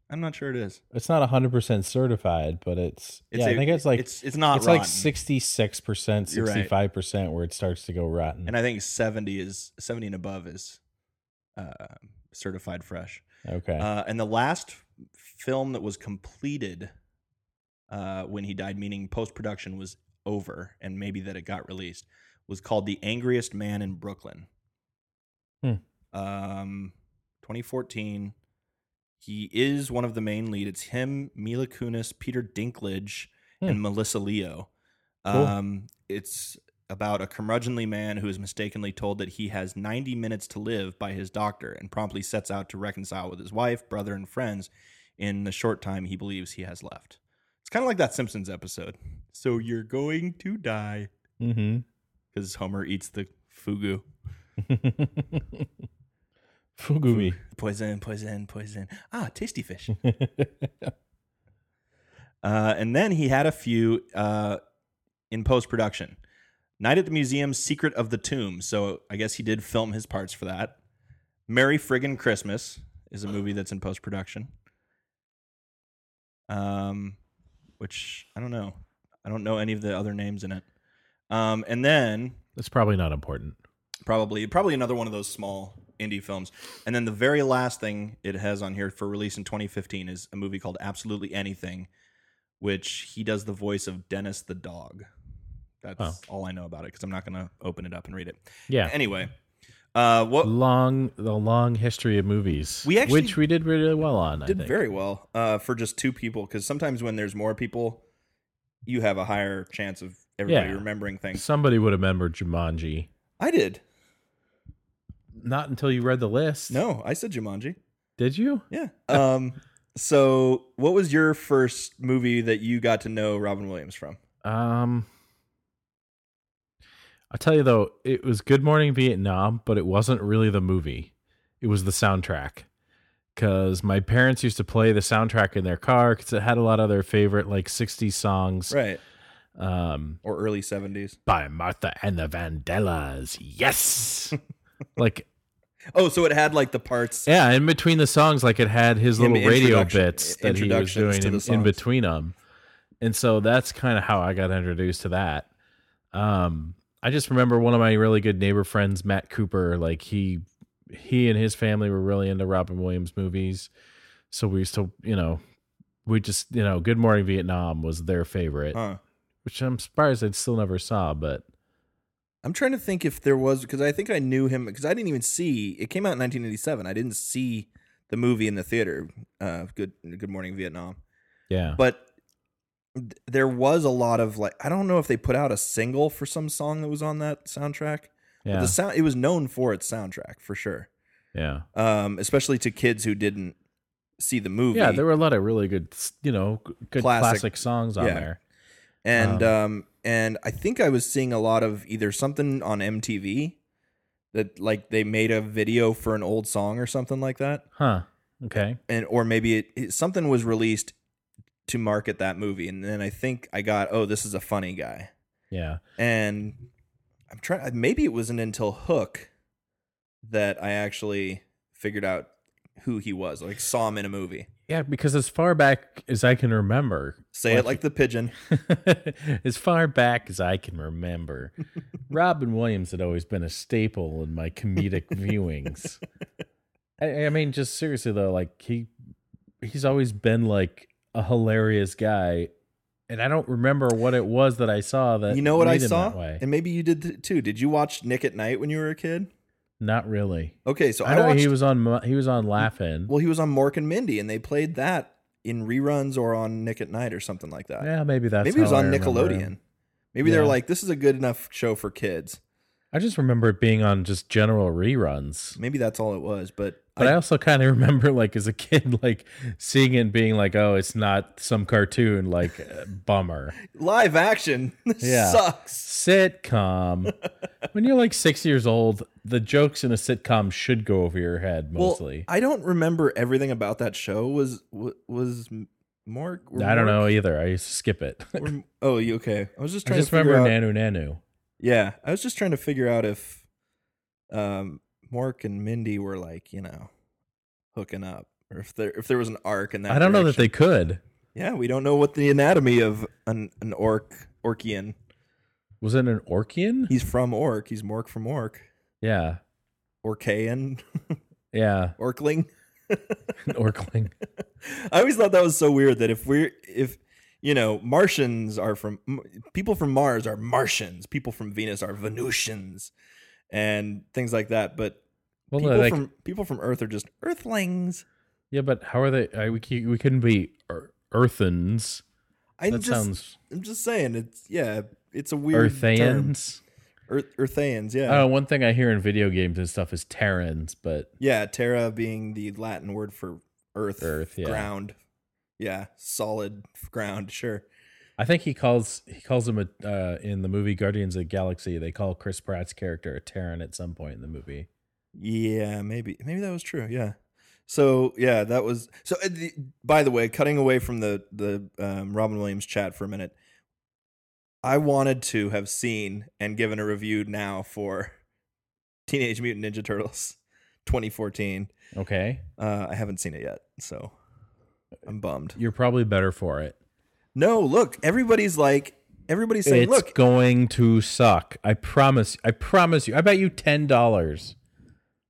B: I'm not sure it is.
C: It's not hundred percent certified, but it's,
B: It's
C: yeah. I
B: a-
C: think it's like
B: it's it's not
C: it's
B: rotten.
C: like sixty six percent,
B: You're right.
C: sixty five percent where it starts to go rotten.
B: and I think 70 is 70 and above is uh, certified fresh.
C: okay.
B: Uh, and the last film that was completed uh, when he died, meaning post production was over, and maybe that it got released, was called "The Angriest Man in Brooklyn."
C: Hmm.
B: Um, 2014. He is one of the main lead. It's him, Mila Kunis, Peter Dinklage, and Melissa Leo.
C: Cool.
B: Um, it's about a curmudgeonly man who is mistakenly told that he has 90 minutes to live by his doctor and promptly sets out to reconcile with his wife, brother, and friends in the short time he believes he has left. It's kind of like that Simpsons episode. So you're going to die
C: mm-hmm.
B: because Homer eats the fugu.
C: Fugumi.
B: Poison, poison, poison. Ah, tasty fish. Uh, and then he had a few uh, in post production. Night at the Museum, Secret of the Tomb. So I guess he did film his parts for that. Merry Friggin' Christmas is a movie that's in post production. Um, which I don't know. I don't know any of the other names in it. Um, and then
C: That's probably not important.
B: probably probably another one of those small indie films. And then the very last thing it has on here for release in 2015 is a movie called Absolutely Anything, which he does the voice of Dennis the dog. That's
C: Oh.
B: all I know about it because I'm not going to open it up and read it.
C: Yeah.
B: Anyway, uh, what
C: Long the long history of movies.
B: We actually
C: which we did really well on, I
B: did
C: think.
B: very well uh, for just two people because sometimes when there's more people, you have a higher chance of everybody
C: Yeah.
B: remembering things.
C: Somebody would remember Jumanji.
B: I did.
C: Not until you read the list.
B: No, I said Jumanji.
C: Did you?
B: Yeah. Um. so, what was your first movie that you got to know Robin Williams from?
C: Um I'll tell you though, it was Good Morning Vietnam, but it wasn't really the movie. It was the soundtrack. Cause my parents used to play the soundtrack in their car because it had a lot of their favorite like 60s songs.
B: Right.
C: Um
B: Or early seventies.
C: by Martha and the Vandellas. Yes. like
B: Oh, so it had like the parts.
C: yeah, in between the songs, like it had his
B: Him
C: little radio
B: introduction-
C: bits that he was
B: introductions to
C: doing
B: the
C: in, in
B: songs.
C: between them, and so that's kind of how I got introduced to that. Um, I just remember one of my really good neighbor friends, Matt Cooper. Like he, he and his family were really into Robin Williams movies, so we used to, you know, we just, you know, Good Morning Vietnam was their favorite,
B: Huh.
C: which I'm surprised I still never saw, but
B: I'm trying to think if there was because I think I knew him because I didn't even see it came out in 1987. I didn't see the movie in the theater. Uh, good Good Morning Vietnam,
C: yeah,
B: but th- there was a lot of like I don't know if they put out a single for some song that was on that soundtrack. But
C: yeah,
B: the sound it was known for its soundtrack for sure.
C: yeah.
B: um, especially to kids who didn't see the movie.
C: Yeah, there were a lot of really good, you know, g- good
B: Classic.
C: classic, songs on
B: Yeah.
C: there.
B: and
C: um,
B: um, and I think I was seeing a lot of either something on MTV that like they made a video for an old song or something like that,
C: Huh. Okay.
B: and or maybe it, it- something was released to market that movie, and then I think I got oh this is a funny guy,
C: Yeah.
B: and I'm trying maybe it wasn't until Hook that I actually figured out who he was, like saw him in a movie.
C: Yeah, because as far back as I can remember,
B: Say it
C: Like-
B: like the pigeon.
C: as far back as I can remember, Robin Williams had always been a staple in my comedic viewings. I, I mean, just seriously though, like he he's always been like a hilarious guy, and I don't remember what it was that I saw that
B: you know what I
C: made him
B: saw,
C: That way.
B: and maybe you did th- too. Did you watch Nick at Night when you were a kid?
C: Not really.
B: Okay, so I,
C: I know
B: watched.
C: he was on Mo- he was on Laughing.
B: well, he was on Mork and Mindy, and they played that in reruns or on Nick at Night or something like that.
C: Yeah, maybe that's
B: maybe it was
C: how
B: on
C: I remember him.
B: Nickelodeon. Maybe they're
C: Yeah.
B: like, this is a good enough show for kids.
C: I just remember it being on just general reruns.
B: Maybe that's all it was. But,
C: But I, also kind of remember, like as a kid, like seeing it and being like, "Oh, it's not some cartoon." Like, uh, bummer
B: live action this
C: Yeah.
B: sucks.
C: sitcom. when you're like six years old, the jokes in a sitcom should go over your head mostly.
B: Well, I don't remember everything about that show. Was wa- was M- Mork? were
C: I don't know
B: Mork-
C: either. I used to skip it.
B: were- oh, you okay? I was just
C: I
B: trying
C: just
B: to figure
C: remember
B: out.
C: Nanu Nanu.
B: Yeah, I was just trying to figure out if um Mork and Mindy were like, you know, hooking up or if there if there was an arc in that
C: I don't know that they could.
B: they Yeah, we don't know what the anatomy of an an orc orcian.
C: Was it an Orkian?
B: He's from Orc, he's Mork from Orc.
C: Yeah,
B: Orcaean,
C: yeah,
B: Orkling.
C: an Orkling.
B: I always thought that was so weird that if we're if you know, Martians are from m- people from Mars are Martians, people from Venus are Venusians and things like that, but
C: Well,
B: people
C: like,
B: from people from Earth are just earthlings.
C: yeah, but how are they? I, we c- we couldn't be ear- Earthens.
B: I'm
C: that
B: just
C: sounds
B: I'm just saying it's yeah, it's a weird term.
C: Earthians.
B: Earth Earthians, yeah.
C: Oh, one thing I hear in video games and stuff is Terrans, but
B: Yeah, terra being the Latin word for earth,
C: Earth, yeah.
B: ground. Yeah, solid ground, sure.
C: I think he calls he calls him a uh, in the movie Guardians of the Galaxy. They call Chris Pratt's character a Terran at some point in the movie.
B: Yeah, maybe maybe that was true. Yeah. So yeah, that was so. uh, the- By the way, cutting away from the the um, Robin Williams chat for a minute, I wanted to have seen and given a review now for Teenage Mutant Ninja Turtles 2014.
C: Okay,
B: Uh, I haven't seen it yet, so I'm bummed.
C: you're probably better for it.
B: No, look, everybody's like, everybody's saying,
C: it's
B: look,
C: going to suck. I promise. I promise you. I bet you ten dollars.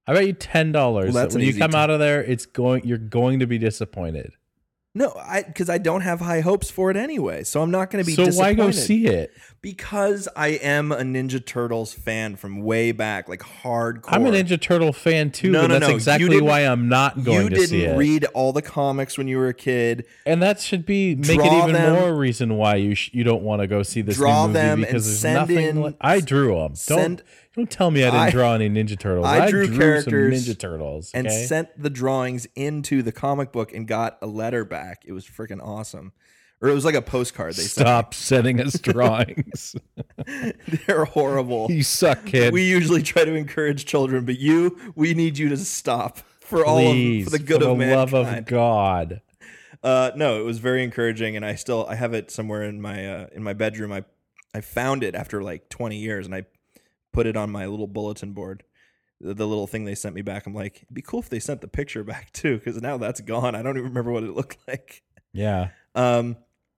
C: I bet you ten dollars.
B: Well,
C: that
B: that's
C: when
B: an
C: you
B: easy
C: come
B: ten.
C: out of there, it's going. You're going to be disappointed.
B: no, I because I don't have high hopes for it anyway, so I'm not going to be.
C: So why go
B: disappointed.
C: see it?
B: Because I am a Ninja Turtles fan from way back, like hardcore.
C: I'm a Ninja Turtle fan too,
B: No,
C: and
B: no,
C: that's
B: no. You
C: exactly
B: didn't-
C: why I'm not going
B: you
C: to
B: didn't
C: see it.
B: read all the comics when you were a kid.
C: and that should be make it
B: Draw
C: even
B: them.
C: more reason why you sh- you don't want to go see this new
B: Draw
C: movie
B: them and
C: because there's
B: send
C: nothing.
B: in-
C: li- I drew them. Don't
B: send-
C: don't tell me I didn't
B: I-
C: draw any Ninja Turtles.
B: I drew
C: some
B: characters
C: Ninja Turtles
B: and
C: okay?
B: sent the drawings into the comic book and got a letter back. It was freaking awesome. Or it was like a postcard. They
C: Stop sending us drawings.
B: sent. They're horrible.
C: you suck, kid.
B: we usually try to encourage children, but you, we need you to stop for all
C: Please,
B: of, for the good of mankind.
C: love of God.
B: Uh, no, it was very encouraging, and I still I have it somewhere in my uh, in my bedroom. I I found it after like 20 years, and I put it on my little bulletin board. The, the little thing they sent me back. I'm like, it'd be cool if they sent the picture back too, because now that's gone. I don't even remember what it looked like.
C: Yeah,
B: Um,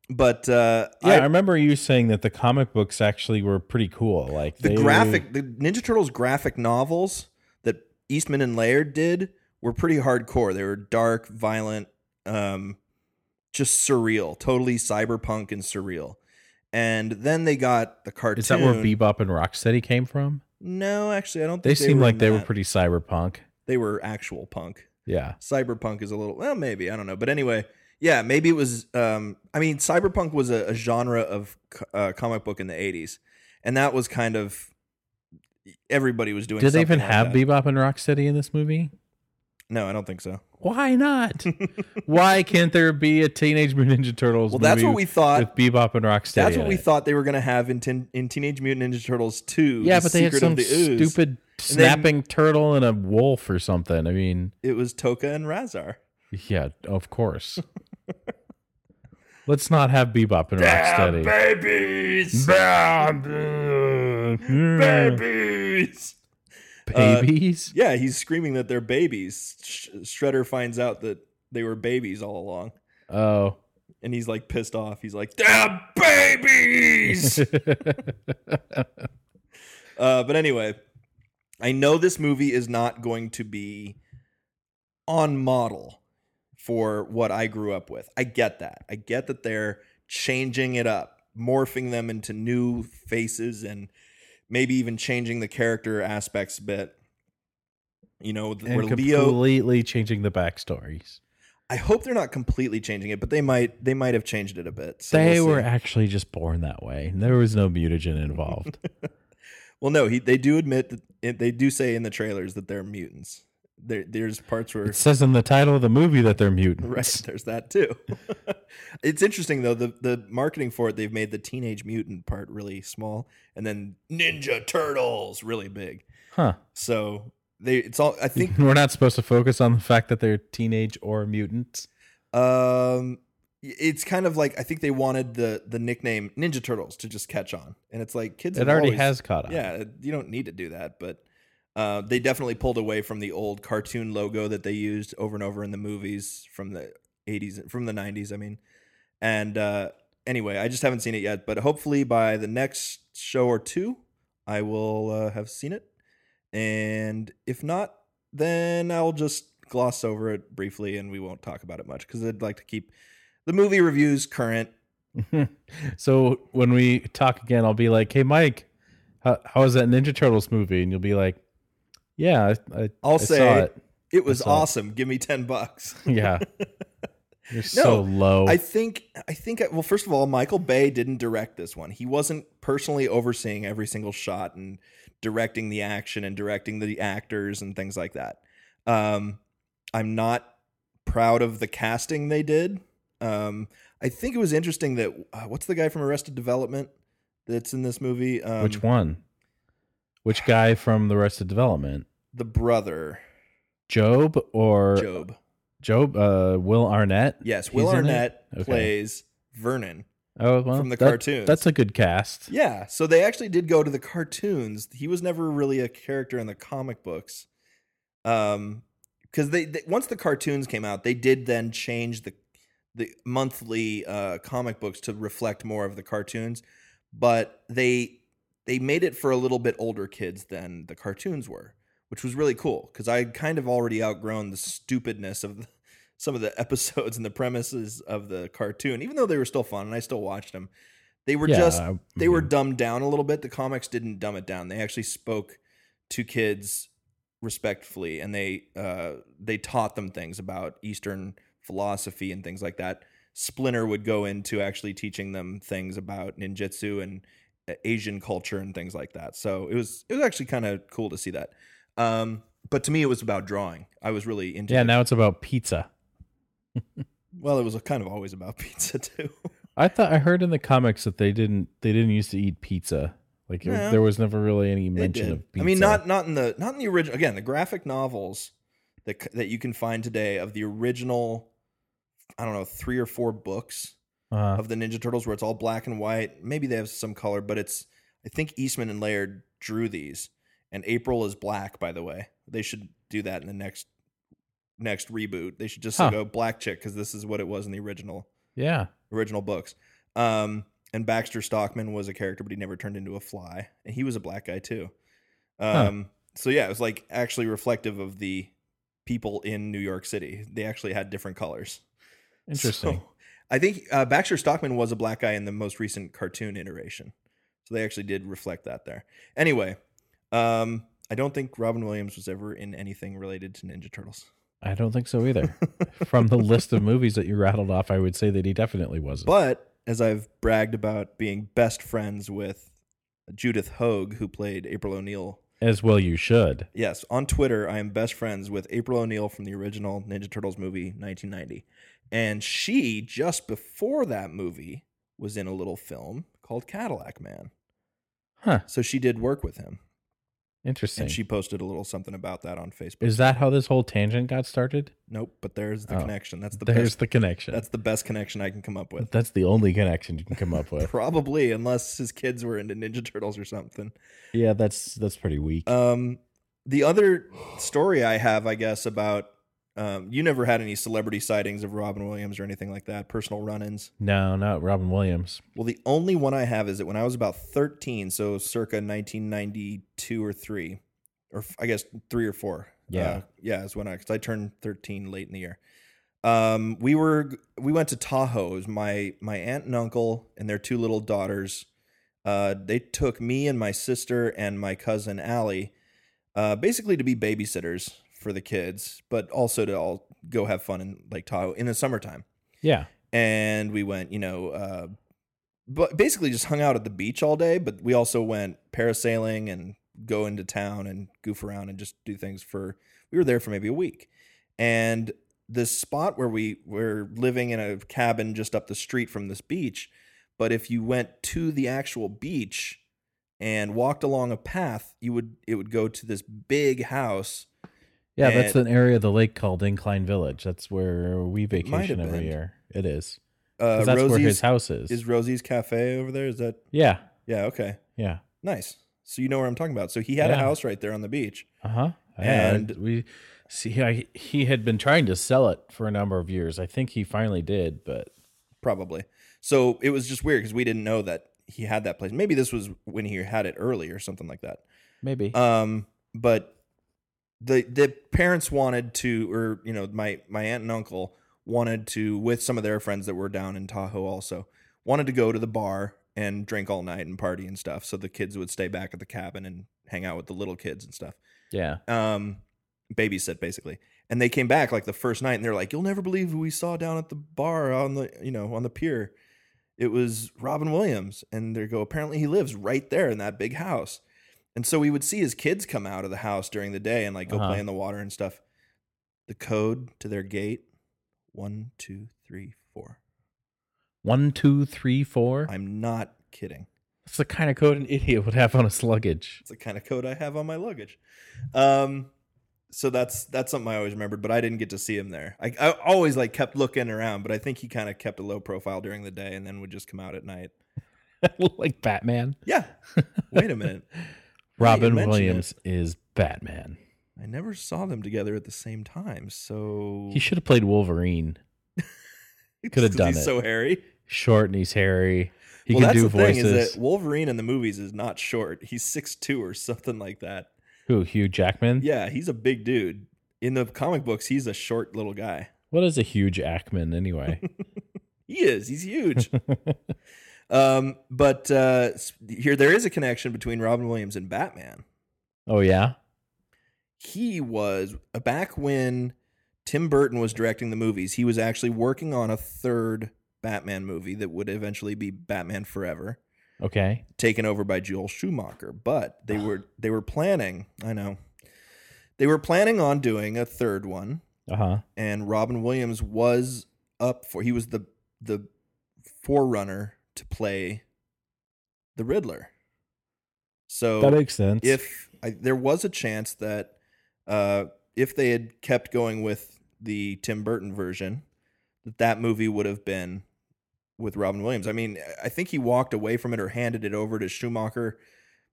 B: but uh,
C: yeah.
B: I-
C: I, remember you saying that the comic books actually were pretty cool. Like
B: the
C: they-
B: graphic the ninja turtles graphic novels that eastman and laird did were pretty hardcore they were dark violent um just surreal totally cyberpunk and surreal and then they got the cartoon
C: Is that where Bebop and Rocksteady came from?
B: no actually i don't
C: They,
B: think
C: seem like they were
B: that.
C: pretty cyberpunk.
B: they were actual punk
C: Yeah.
B: cyberpunk is a little well maybe i don't know but anyway yeah maybe it was um i mean cyberpunk was a, a genre of co- uh, comic book in the 80s and that was kind of everybody was doing
C: Did they even
B: something like
C: have
B: that.
C: Bebop and Rocksteady in this movie?
B: No, I don't think so.
C: Why not? Why can't there be a Teenage Mutant Ninja Turtles?
B: Well, that's
C: movie
B: what we thought.
C: with uh, Bebop and Rocksteady.
B: that's what
C: in
B: we
C: it?
B: thought they were going to have in, ten, in Teenage Mutant Ninja Turtles 2.
C: Yeah,
B: The
C: but they had
B: Secret
C: some
B: of the Ooze.
C: stupid snapping turtle and a wolf or something. I mean,
B: It was Toka and Razar.
C: Yeah, of course. Let's not have bebop and rocksteady.
B: Babies!
C: Mm,
B: Babies! uh,
C: Babies.
B: Yeah, he's screaming that they're babies. Sh- Shredder finds out that they were babies all along.
C: oh.
B: And he's like pissed off. He's like, damn babies! Uh, but anyway, I know this movie is not going to be on model for what I grew up with. I get that. I get that they're changing it up, morphing them into new faces, and maybe even changing the character aspects a bit. You know, th-
C: and
B: where Leo.
C: completely changing the backstories.
B: I hope they're not completely changing it, but they might. They might have changed it a bit. So
C: they
B: we'll see.
C: were actually just born that way. There was no mutagen involved.
B: Well, no, he, they do admit that it, they do say in the trailers that they're mutants. There, there's parts where
C: it says in the title of the movie that they're
B: Right,
C: mutants.
B: there's that too. it's interesting though the the marketing for it they've made the teenage mutant part really small and then Ninja Turtles really big.
C: Huh.
B: So they it's all I think
C: We're not supposed to focus on the fact that they're teenage or mutants.
B: um it's kind of like I think they wanted the the nickname Ninja Turtles to just catch on and it's like kids
C: It
B: have
C: already
B: always-
C: has caught on.
B: Yeah, uh, you don't need to do that, but uh, they definitely pulled away from the old cartoon logo that they used over and over in the movies from the 80s, from the 90s. I mean, and uh, anyway, I just haven't seen it yet, but hopefully by the next show or two, I will uh, have seen it. And if not, then I'll just gloss over it briefly and we won't talk about it much because I'd like to keep the movie reviews current.
C: so when we talk again, I'll be like, "Hey, Mike, how how was that Ninja Turtles movie?" And you'll be like, "Yeah, I, I,
B: I'll
C: I saw
B: say
C: it.
B: it was
C: I saw it.
B: awesome. Give me 10 bucks.
C: Yeah, you're so low.
B: I think I think well first of all Michael Bay didn't direct this one. He wasn't personally overseeing every single shot and directing the action and directing the actors and things like that. Um I'm not proud of the casting they did. Um I think it was interesting that uh, what's the guy from Arrested Development that's in this movie? Um,
C: Which one? Which guy from the rest of development?
B: The brother,
C: Job or
B: Job.
C: Job, uh, Will Arnett?
B: Yes, Will
C: He's in it?
B: Arnett
C: Okay.
B: plays Vernon.
C: Oh, well,
B: from the
C: that-
B: cartoons.
C: That's a good cast.
B: Yeah, so they actually did go to the cartoons. He was never really a character in the comic books, um, because they, they once the cartoons came out, they did then change the the monthly uh, comic books to reflect more of the cartoons, but they they made it for a little bit older kids than the cartoons were, which was really cool because I had kind of already outgrown the stupidness of the, some of the episodes and the premises of the cartoon, even though they were still fun and I still watched them. They were
C: Yeah,
B: just
C: I-
B: they were
C: mhm.
B: dumbed down a little bit. The comics didn't dumb it down. They actually spoke to kids respectfully, and they uh, they taught them things about Eastern philosophy and things like that. Splinter would go into actually teaching them things about ninjutsu and uh, Asian culture and things like that. So it was it was actually kind of cool to see that. Um, but to me, it was about drawing. I was really into.
C: Yeah,
B: it.
C: now it's about pizza.
B: well, it was kind of always about pizza too.
C: I thought I heard in the comics that they didn't they didn't used to eat pizza. Like it-
B: No.
C: there was never really any
B: They
C: mention
B: did.
C: of pizza.
B: I mean, not not in the not in the original. Again, the graphic novels that c- that you can find today of the original, I don't know, three or four books
C: Uh,
B: of the Ninja Turtles, where it's all black and white. Maybe they have some color, but it's I think Eastman and Laird drew these, and April is black. By the way, they should do that in the next next reboot. They should just
C: Huh.
B: go black chick because this is what it was in the original
C: yeah.
B: original books. Um, and Baxter Stockman was a character, but he never turned into a fly, and he was a black guy too. Um, so yeah, it was like actually reflective of the people in New York City. They actually had different colors.
C: Interesting.
B: So, I think uh, Baxter Stockman was a black guy in the most recent cartoon iteration, so they actually did reflect that there. Anyway, um, I don't think Robin Williams was ever in anything related to Ninja Turtles.
C: I don't think so either. From the list of movies that you rattled off, I would say that he definitely wasn't.
B: But as I've bragged about being best friends with Judith Hogue, who played April O'Neil,
C: As well you should.
B: yes, on Twitter, I am best friends with April O'Neil from the original Ninja Turtles movie, 1990. And she, just before that movie, was in a little film called Cadillac Man.
C: Huh.
B: So she did work with him.
C: Interesting.
B: And she posted a little something about that on Facebook.
C: Is that how this whole tangent got started?
B: nope, but there's the
C: Oh.
B: connection. That's the
C: There's
B: best.
C: the connection.
B: that's the best connection I can come up with.
C: That's the only connection you can come up with.
B: Probably, unless his kids were into Ninja Turtles or something.
C: yeah, that's that's pretty weak.
B: Um, the other story I have, I guess, about um, you never had any celebrity sightings of Robin Williams or anything like that, personal run-ins.
C: no, not Robin Williams.
B: Well, the only one I have is that when I was about 13, so circa 1992 or three, or f- I guess three or four.
C: Yeah.
B: uh, yeah, is when I because I turned 13 late in the year. Um, we were we went to Tahoe. It was my my aunt and uncle and their two little daughters. Uh, they took me and my sister and my cousin Allie, uh, basically to be babysitters for the kids, but also to all go have fun in Lake Tahoe in the summertime
C: Yeah.
B: and we went, you know, uh, but basically just hung out at the beach all day. But we also went parasailing and go into town and goof around and just do things for. We were there for maybe a week, and this spot where we were living in a cabin just up the street from this beach. But if you went to the actual beach and walked along a path, you would it would go to this big house
C: Yeah, that's
B: And-
C: an area of the lake called Incline Village. That's where we
B: It might have
C: vacation every
B: been.
C: year. It is.
B: uh,
C: 'Cause that's where his
B: Rosie's
C: house is.
B: is Rosie's cafe over there. Is that
C: yeah.
B: yeah? Okay,
C: Yeah.
B: Nice. So you know where I'm talking about. So he had a
C: Yeah.
B: house right there on the beach.
C: Uh huh.
B: And-
C: And we see, I, he had been trying to sell it for a number of years. I think he finally did, but
B: probably. So it was just weird because we didn't know that he had that place. Maybe this was when he had it early or something like that.
C: maybe.
B: Um, but the the parents wanted to, or you know, my my aunt and uncle wanted to, with some of their friends that were down in Tahoe also, wanted to go to the bar and drink all night and party and stuff. So the kids would stay back at the cabin and hang out with the little kids and stuff.
C: yeah.
B: um babysit basically and they came back like the first night and they're like you'll never believe who we saw down at the bar on the you know on the pier it was robin williams and they go apparently he lives right there in that big house and so we would see his kids come out of the house during the day and like go
C: Uh-huh.
B: play in the water and stuff the code to their gate one two three four
C: One, two, three, four.
B: i'm not kidding
C: That's the kind of code an idiot would have on a sluggage.
B: It's the kind of code I have on my luggage. Um, so that's that's something I always remembered, but I didn't get to see him there. I, I always like kept looking around, but I think he kind of kept a low profile during the day and then would just come out at night.
C: like Batman.
B: Yeah. Wait a minute. you
C: Robin
B: mention
C: Williams is Batman.
B: I never saw them together at the same time. So
C: He should have played Wolverine. Could have
B: 'Cause
C: done
B: he's
C: it.
B: so hairy.
C: short and he's hairy. He
B: well,
C: can
B: that's
C: do
B: the
C: voices.
B: thing is that Wolverine in the movies is not short. He's six two or something like that.
C: Who? Hugh Jackman?
B: Yeah, he's a big dude. In the comic books, he's a short little guy.
C: What is a huge Ackman anyway?
B: He is. He's huge. um, but uh, s- here there is a connection between Robin Williams and Batman.
C: oh yeah.
B: He was uh, back when Tim Burton was directing the movies. He was actually working on a third Batman movie that would eventually be Batman Forever.
C: Okay.
B: taken over by Joel Schumacher, but they were they were planning, I know. They were planning on doing a third one
C: Uh huh.
B: and Robin Williams was up for he was the the forerunner to play the Riddler. So
C: That makes sense.
B: if I, there was a chance that uh, if they had kept going with the Tim Burton version, that that movie would have been with Robin Williams. I mean, I think he walked away from it or handed it over to Schumacher,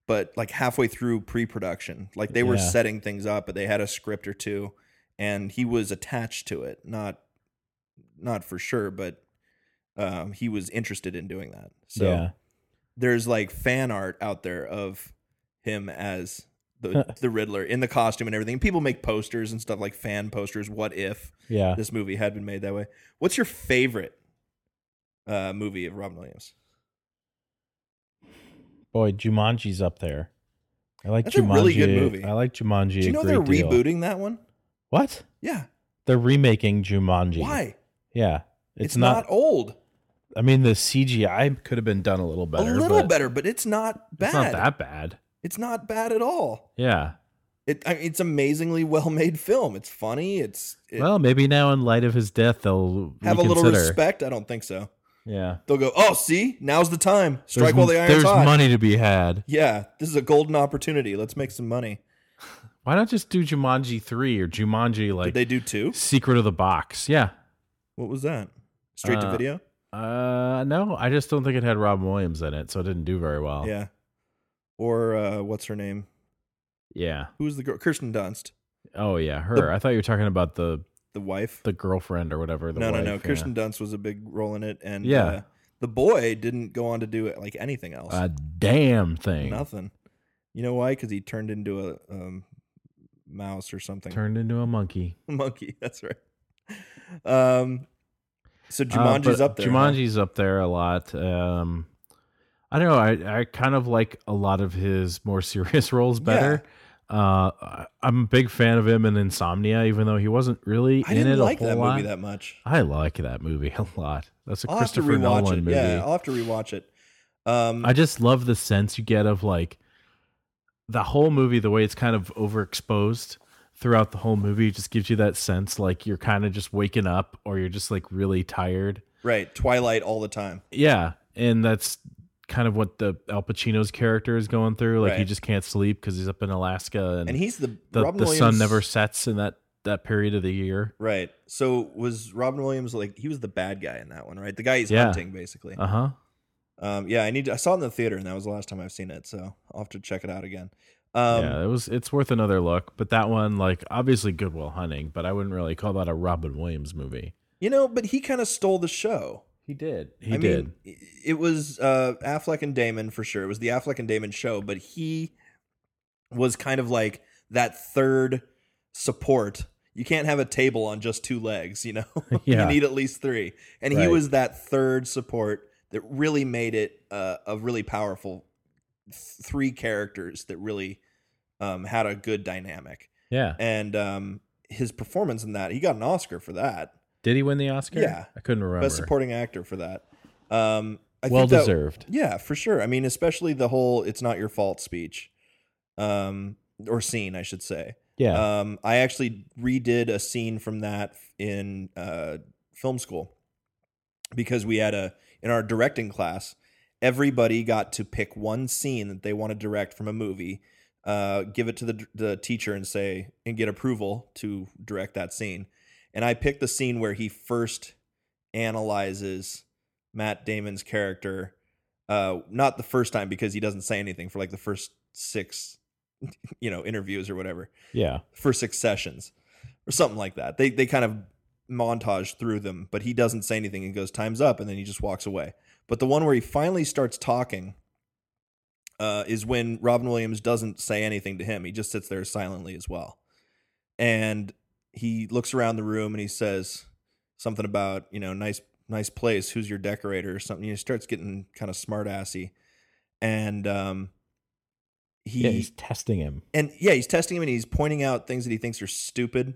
B: but like halfway through pre-production, like they were
C: Yeah.
B: setting things up, but they had a script or two, and he was attached to it, not not for sure, but um, he was interested in doing that. So
C: yeah.
B: there's like fan art out there of him as the the Riddler in the costume and everything. People make posters and stuff like fan posters. What if
C: Yeah.
B: this movie had been made that way? What's your favorite uh, movie of Robin Williams?
C: Boy, Jumanji's up there. I like
B: That's a
C: Jumanji.
B: really good movie.
C: I like
B: Do
C: Jumanji.
B: you know
C: a
B: they're
C: great deal.
B: rebooting that one?
C: What?
B: Yeah.
C: They're remaking Jumanji.
B: Why?
C: Yeah.
B: It's,
C: It's,
B: not,
C: not,
B: old.
C: I mean, the CGI could have been done a little better.
B: a little
C: but
B: better, but it's not bad.
C: It's not that bad.
B: It's not bad at all.
C: Yeah.
B: It, I mean, it's amazingly well made film. It's funny. It's it,
C: well, maybe now in light of his death, they'll
B: have a
C: reconsider.
B: little respect. I don't think so.
C: Yeah.
B: They'll go, oh, see, now's the time. Strike
C: there's,
B: while the iron's
C: There's
B: hot.
C: money to be had.
B: Yeah, this is a golden opportunity. Let's make some money.
C: Why not just do Jumanji three or Jumanji
B: Did
C: like
B: they do two?
C: Secret of the Box? Yeah.
B: What was that? Straight to
C: Uh,
B: video?
C: Uh, no, I just don't think it had Robin Williams in it, so it didn't do very well.
B: Yeah. Or uh, what's her name?
C: Yeah.
B: Who was the girl? Kirsten Dunst,
C: Oh yeah, her.
B: The-
C: I thought you were talking about the
B: the wife.
C: the girlfriend or whatever. The
B: no,
C: wife,
B: no, no.
C: yeah.
B: Kirsten Dunst was a big role in it, and
C: Yeah.
B: uh, the boy didn't go on to do it like anything else.
C: A damn thing
B: Nothing. You know why? Because he turned into a um, mouse or something.
C: turned into a monkey.
B: Monkey. That's right. Um. So
C: Uh,
B: Jumanji's
C: but
B: up there. huh?
C: Jumanji's up there a lot. Um, I don't know. I, I kind of like a lot of his more serious roles better. Uh, I- I'm a big fan of him in Insomnia, even though he wasn't really
B: I
C: in
B: didn't
C: it
B: like
C: a whole
B: that
C: lot.
B: movie that much.
C: I like that movie a lot. That's a
B: I'll have to
C: Christopher
B: rewatch
C: Nolan
B: it.
C: movie.
B: Yeah, I'll have to rewatch it. Um,
C: I just love the sense you get of like the whole movie, the way it's kind of overexposed throughout the whole movie just gives you that sense like you're kind of just waking up or you're just like really tired.
B: right, Twilight all the time.
C: Yeah. And that's kind of what the Al Pacino's character is going through. Like he
B: Right.
C: just can't sleep because he's up in Alaska and,
B: And he's the,
C: the,
B: Robin
C: the
B: Williams,
C: sun never sets in that, that period of the year.
B: Right. So was Robin Williams like he was the bad guy in that one, right? The guy he's
C: Yeah.
B: hunting basically.
C: Uh huh.
B: Um, yeah, I need. To, I saw it in the theater, and that was the last time I've seen it, so I'll have to check it out again. Um,
C: yeah, it was. It's worth another look, but that one, like, obviously Goodwill Hunting, but I wouldn't really call that a Robin Williams movie.
B: You know, but he kind of stole the show.
C: He did. He
B: I
C: did.
B: mean, i- it was uh, Affleck and Damon for sure. It was the Affleck and Damon show, but he was kind of like that third support. You can't have a table on just two legs, you know.
C: Yeah.
B: you need at least three, and he
C: Right.
B: was that third support that really made it uh, a really powerful th- three characters that really um, had a good dynamic.
C: yeah.
B: And um, his performance in that, he got an Oscar for that,
C: Did he win the Oscar?
B: Yeah.
C: I couldn't remember.
B: best supporting actor for that. Um, I
C: well
B: think that-
C: deserved.
B: yeah, for sure. I mean, especially the whole "it's not your fault" speech, um, or scene, I should say.
C: yeah.
B: Um, I actually redid a scene from that in uh, film school because we had a in our directing class. Everybody got to pick one scene that they want to direct from a movie, uh, give it to the the teacher, and say and get approval to direct that scene. And I picked the scene where he first analyzes Matt Damon's character. Uh, not the first time because he doesn't say anything for like the first six, you know, interviews or whatever
C: yeah.
B: for six sessions or something like that. They they kind of montage through them, but he doesn't say anything and goes, "Time's up," and then he just walks away. But the one where he finally starts talking uh, is when Robin Williams doesn't say anything to him. He just sits there silently as well, and he looks around the room and he says something about you know nice nice place. Who's your decorator or something? He starts getting kind of smart assy, and um, he
C: yeah, he's testing him.
B: and yeah, he's testing him and he's pointing out things that he thinks are stupid.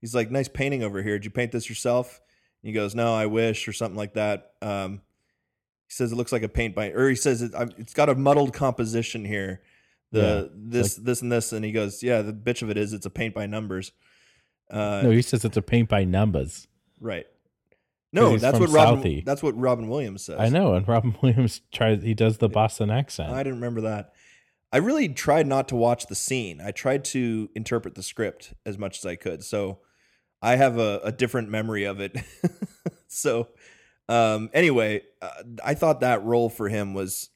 B: He's like, "Nice painting over here. Did you paint this yourself?" And he goes, "No, I wish," or something like that. Um, he says it looks like a paint by, or he says it, I'm- it's got a muddled composition here. The this this and this, and he goes, "Yeah, the bitch of it is it's a paint by numbers." Uh,
C: No, he says it's a paint by numbers.
B: right. No,
C: he's
B: that's
C: from
B: what Robin.
C: Southie.
B: That's what Robin Williams says.
C: I know, and Robin Williams tries. He does the Boston accent.
B: I didn't remember that. I really tried not to watch the scene. I tried to interpret the script as much as I could. So I have a, a different memory of it. so um, anyway, uh, I thought that role for him was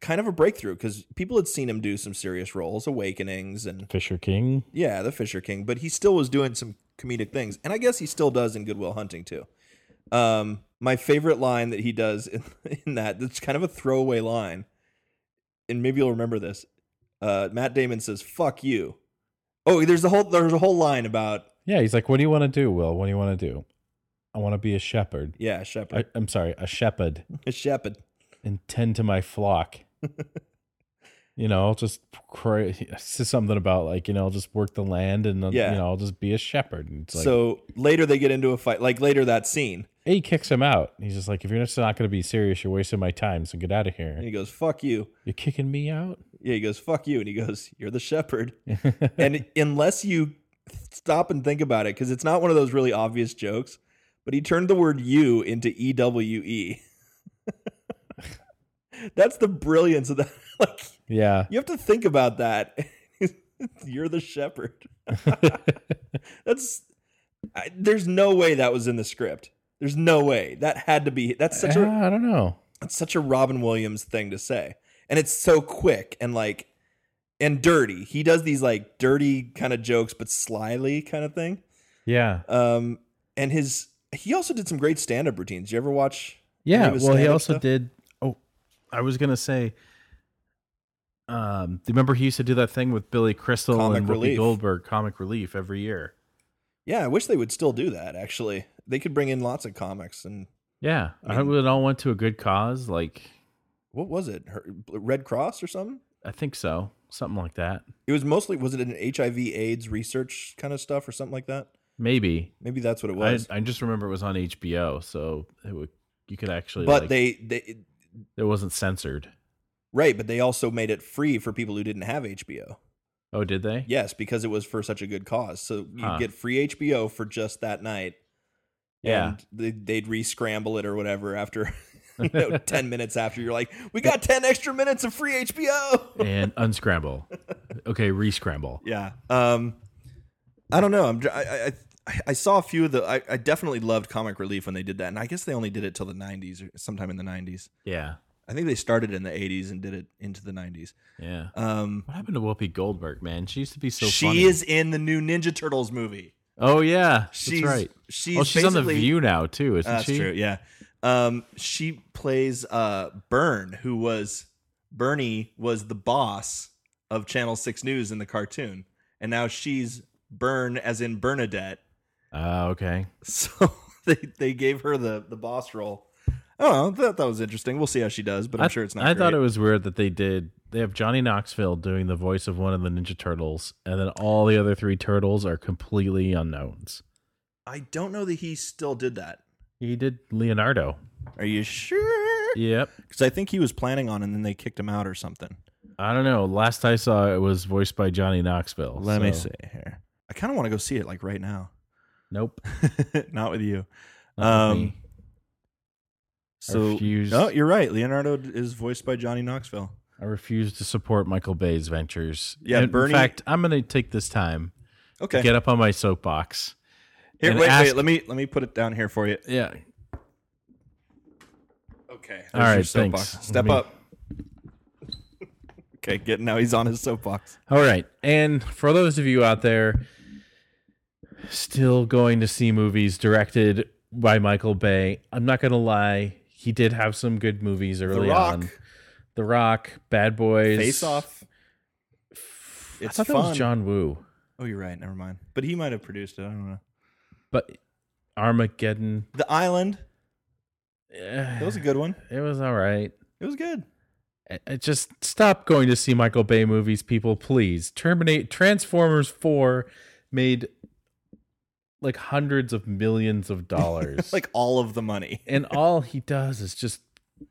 B: kind of a breakthrough because people had seen him do some serious roles, Awakenings and
C: Fisher King.
B: yeah, the Fisher King, but he still was doing some comedic things, and I guess he still does in Goodwill Hunting too. Um, my favorite line that he does in, in that that's kind of a throwaway line, and maybe you'll remember this. Uh, Matt Damon says "fuck you." Oh, there's a whole there's a whole line about
C: Yeah, he's like, "What do you want to do, Will? What do you want to do? I want to be a shepherd.
B: yeah shepherd
C: I, I'm sorry, a shepherd
B: a shepherd.
C: and tend to my flock." you know, I'll just cra- says something about like, you know, I'll just work the land and uh,
B: Yeah.
C: you know, I'll just be a shepherd. And it's like,
B: so later they get into a fight, like later that scene,
C: he kicks him out. He's just like, if you're just not going to be serious, you're wasting my time. So get out of
B: and
C: here.
B: he goes "fuck you."
C: You're kicking me out.
B: Yeah, he goes "fuck you," and he goes "you're the shepherd." and unless you stop and think about it, because it's not one of those really obvious jokes, but he turned the word "you" into "E W E." That's the brilliance of that. Like
C: yeah,
B: you have to think about that. You're the shepherd. That's I, there's no way that was in the script. There's no way that had to be. That's such a
C: Ah, I I don't know.
B: that's such a Robin Williams thing to say. And it's so quick and like and dirty. He does these like dirty kind of jokes but slyly kind of thing.
C: Yeah,
B: Um and his he also did some great stand-up routines. You ever watch
C: yeah.
B: he was
C: well, he
B: stand-up
C: also
B: stuff?
C: did. Oh, I was gonna say. Um, do you remember he used to do that thing with Billy Crystal
B: Comic
C: and Whoopi
B: Relief.
C: Goldberg, comic relief every year.
B: Yeah, I wish they would still do that actually. They could bring in lots of comics and
C: Yeah, I,
B: I mean-
C: would all went to a good cause. Like,
B: what was it? Her, Red Cross or something?
C: I think so, something like that.
B: It was mostly was it an HIV AIDS research kind of stuff or something like that?
C: Maybe
B: Maybe that's what it
C: I,
B: was.
C: I just remember it was on HBO, so it would, you could actually.
B: but
C: like,
B: they they
C: it wasn't censored.
B: right, but they also made it free for people who didn't have HBO.
C: Oh, did they?
B: Yes, because it was for such a good cause. So you
C: Huh.
B: get free HBO for just that night.
C: Yeah.
B: And they, they'd re scramble it or whatever after, you know, 10 minutes after. You're like, we got 10 extra minutes of free HBO.
C: and unscramble. Okay, rescramble.
B: Yeah. Um, I don't know. I'm, dr- I, I, I saw a few of the, I, I definitely loved Comic Relief when they did that. And I guess they only did it till the 90s or sometime in the 90s.
C: Yeah,
B: I think they started in the 80s and did it into the 90s.
C: yeah.
B: Um,
C: What happened to Whoopi Goldberg, man? She used to be so
B: she
C: funny.
B: is in the new Ninja Turtles movie.
C: Oh yeah,
B: She's
C: that's right.
B: She's,
C: oh, she's on the
B: basically-
C: View now too, isn't
B: Uh, That's
C: she?
B: true. Yeah. Um, she plays uh, Byrne, who was Bernie was the boss of Channel Six News in the cartoon, and now she's Byrne, as in Bernadette.
C: Ah, okay.
B: So they they gave her the the boss role. Oh, that that was interesting. We'll see how she does, but I'm
C: I-
B: sure it's not.
C: I thought it
B: great.
C: was weird that they did. They have Johnny Knoxville doing the voice of one of the Ninja Turtles, and then all the other three turtles are completely unknowns.
B: I don't know that he still did that.
C: He did Leonardo.
B: Are you sure?
C: Yep.
B: Because I think he was planning on, and then they kicked him out or something.
C: I don't know. Last I saw, it was voiced by Johnny Knoxville. so-
B: here. I kind of want to go see it like right now.
C: Nope.
B: not with you.
C: not with
B: Um,
C: me. I
B: So
C: refuse-
B: no, you're right. Leonardo is voiced by Johnny Knoxville.
C: I refuse to support Michael Bay's ventures.
B: Yeah,
C: in, in
B: Bernie-
C: fact, I'm going to take this time
B: Okay.
C: to get up on my soapbox.
B: Here,
C: and
B: wait, wait.
C: ask-
B: Let me let me put it down here for you.
C: Yeah.
B: Okay.
C: All right,
B: there's your soapbox.
C: thanks.
B: Step
C: Let me-
B: up. okay. Get now. He's on his soapbox.
C: All right. And for those of you out there still going to see movies directed by Michael Bay. I'm not gonna lie, he did have some good movies early
B: the Rock,
C: on. The Rock, Bad Boys,
B: Face Off.
C: I
B: It's
C: thought that
B: fun.
C: was John Woo,
B: Oh, you're right. Never mind. But he might have produced it. I don't know.
C: but Armageddon.
B: The Island.
C: eh,
B: That was a good one.
C: It was all right.
B: It was good.
C: I- I just stop going to see Michael Bay movies, people. Please. Terminate Transformers Four made like hundreds of millions of dollars.
B: Like all of the money.
C: and all he does is just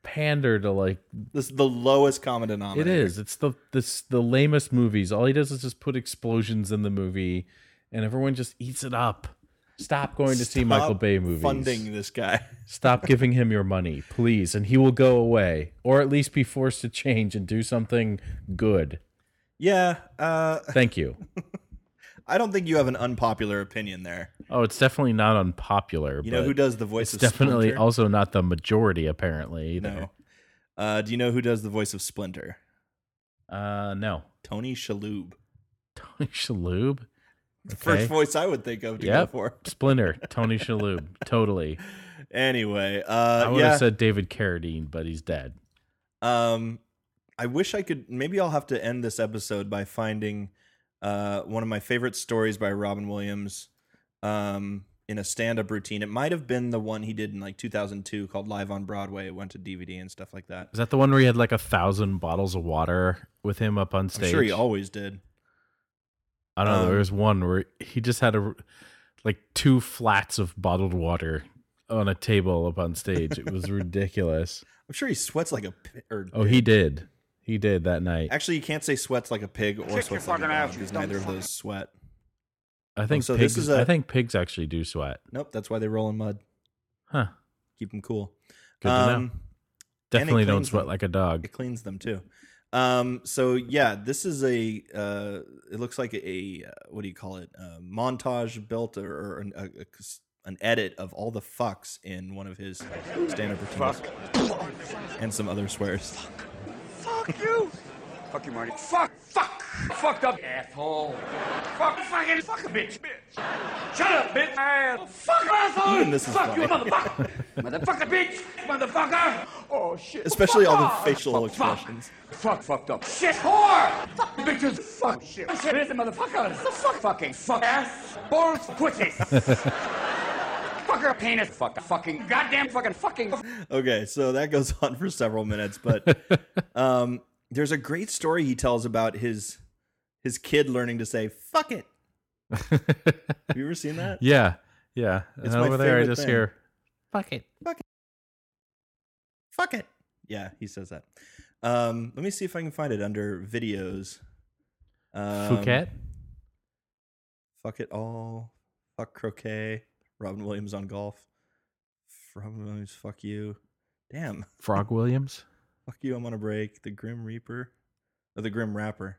C: pander to like
B: This is the lowest common
C: it
B: denominator.
C: is it's the this the lamest movies all he does is just put explosions in the movie and everyone just eats it up stop going to see
B: Stop
C: michael bay movies
B: Funding this guy.
C: stop giving him your money please and he will go away or at least be forced to change and do something good
B: Yeah. Uh,
C: thank you
B: I don't think you have an unpopular opinion there.
C: oh it's definitely not unpopular
B: You
C: but
B: know who does the voice
C: it's
B: of
C: definitely
B: Splinter?
C: also not the majority apparently either
B: No. Uh, do you know who does the voice of Splinter?
C: uh no
B: Tony Shalhoub.
C: tony shalhoub
B: The
C: Okay.
B: First voice I would think of to go
C: Yep.
B: for.
C: Splinter, Tony Shalhoub, totally.
B: Anyway,
C: I
B: uh,
C: would
B: yeah.
C: have said David Carradine, but he's dead.
B: um, I wish I could. Maybe I'll have to end this episode by finding uh, one of my favorite stories by Robin Williams um, in a stand-up routine. It might have been the one he did in like 2002 called Live on Broadway. It went to DVD and stuff like that.
C: Is that the one where he had like a thousand bottles of water with him up on stage?
B: I'm sure he always did.
C: I don't know.
B: um,
C: there was one where he just had a like two flats of bottled water on a table up on stage. It was ridiculous.
B: I'm sure he sweats like a p- or
C: Oh, he did. He did that night.
B: actually you can't say sweats like a pig or
D: Kick your
B: sweats like a
D: fucking
B: dog
D: ass, you
B: because
D: dumb
B: neither of
D: fuck.
B: those sweat.
C: I think
B: so this
C: pigs.
B: is
C: I
B: a-
C: think pigs actually do sweat.
B: Nope, that's why they roll in mud.
C: Huh.
B: Keep them cool.
C: Good to know.
B: Um, and it
C: Definitely don't
B: cleans
C: sweat
B: them.
C: like a dog.
B: It cleans them too. Um, so yeah, this is a. Uh, it looks like a, uh what do you call it? A montage built or, or an, a, a- an edit of all the fucks in one of his stand-up routines and some other swears.
D: Fuck you. Fuck you, Marty. Fuck, fuck. Fucked up asshole. Fuck, fucking, fuck a bitch. Bitch. Shut up, bitch. Ass. Fuck asshole.
B: Even this is
D: fuck you,
B: funny.
D: motherfucker. motherfucker, bitch. Motherfucker. Oh, shit.
B: Especially
D: Fuck
B: all the
D: off.
B: facial
D: Fuck, fuck.
B: expressions.
D: Fuck, fucked up. Shit, whore. Fuck, bitches. Fuck, shit. Shit, listen, motherfuckers. Fuck, fucking, fuck ass. Balls, pussies. Fucker, penis. Fuck, fucking, goddamn, fucking, fucking.
B: Okay, so that goes on for several minutes, but um, there's a great story he tells about his his kid learning to say "fuck it." Have you ever seen that?
C: yeah. Yeah.
B: It's
C: and
B: my
C: over there, I
B: favorite
C: just
B: thing.
C: hear, fuck it.
B: Fuck it. Yeah, he says that. Um, let me see if I can find it under videos. Um,
C: Phuket.
B: Fuck it all. Fuck croquet. Robin Williams on golf. Robin Williams, fuck you. Damn.
C: Frog Williams.
B: Fuck you, I'm on a break. The Grim Reaper. Or the Grim Rapper.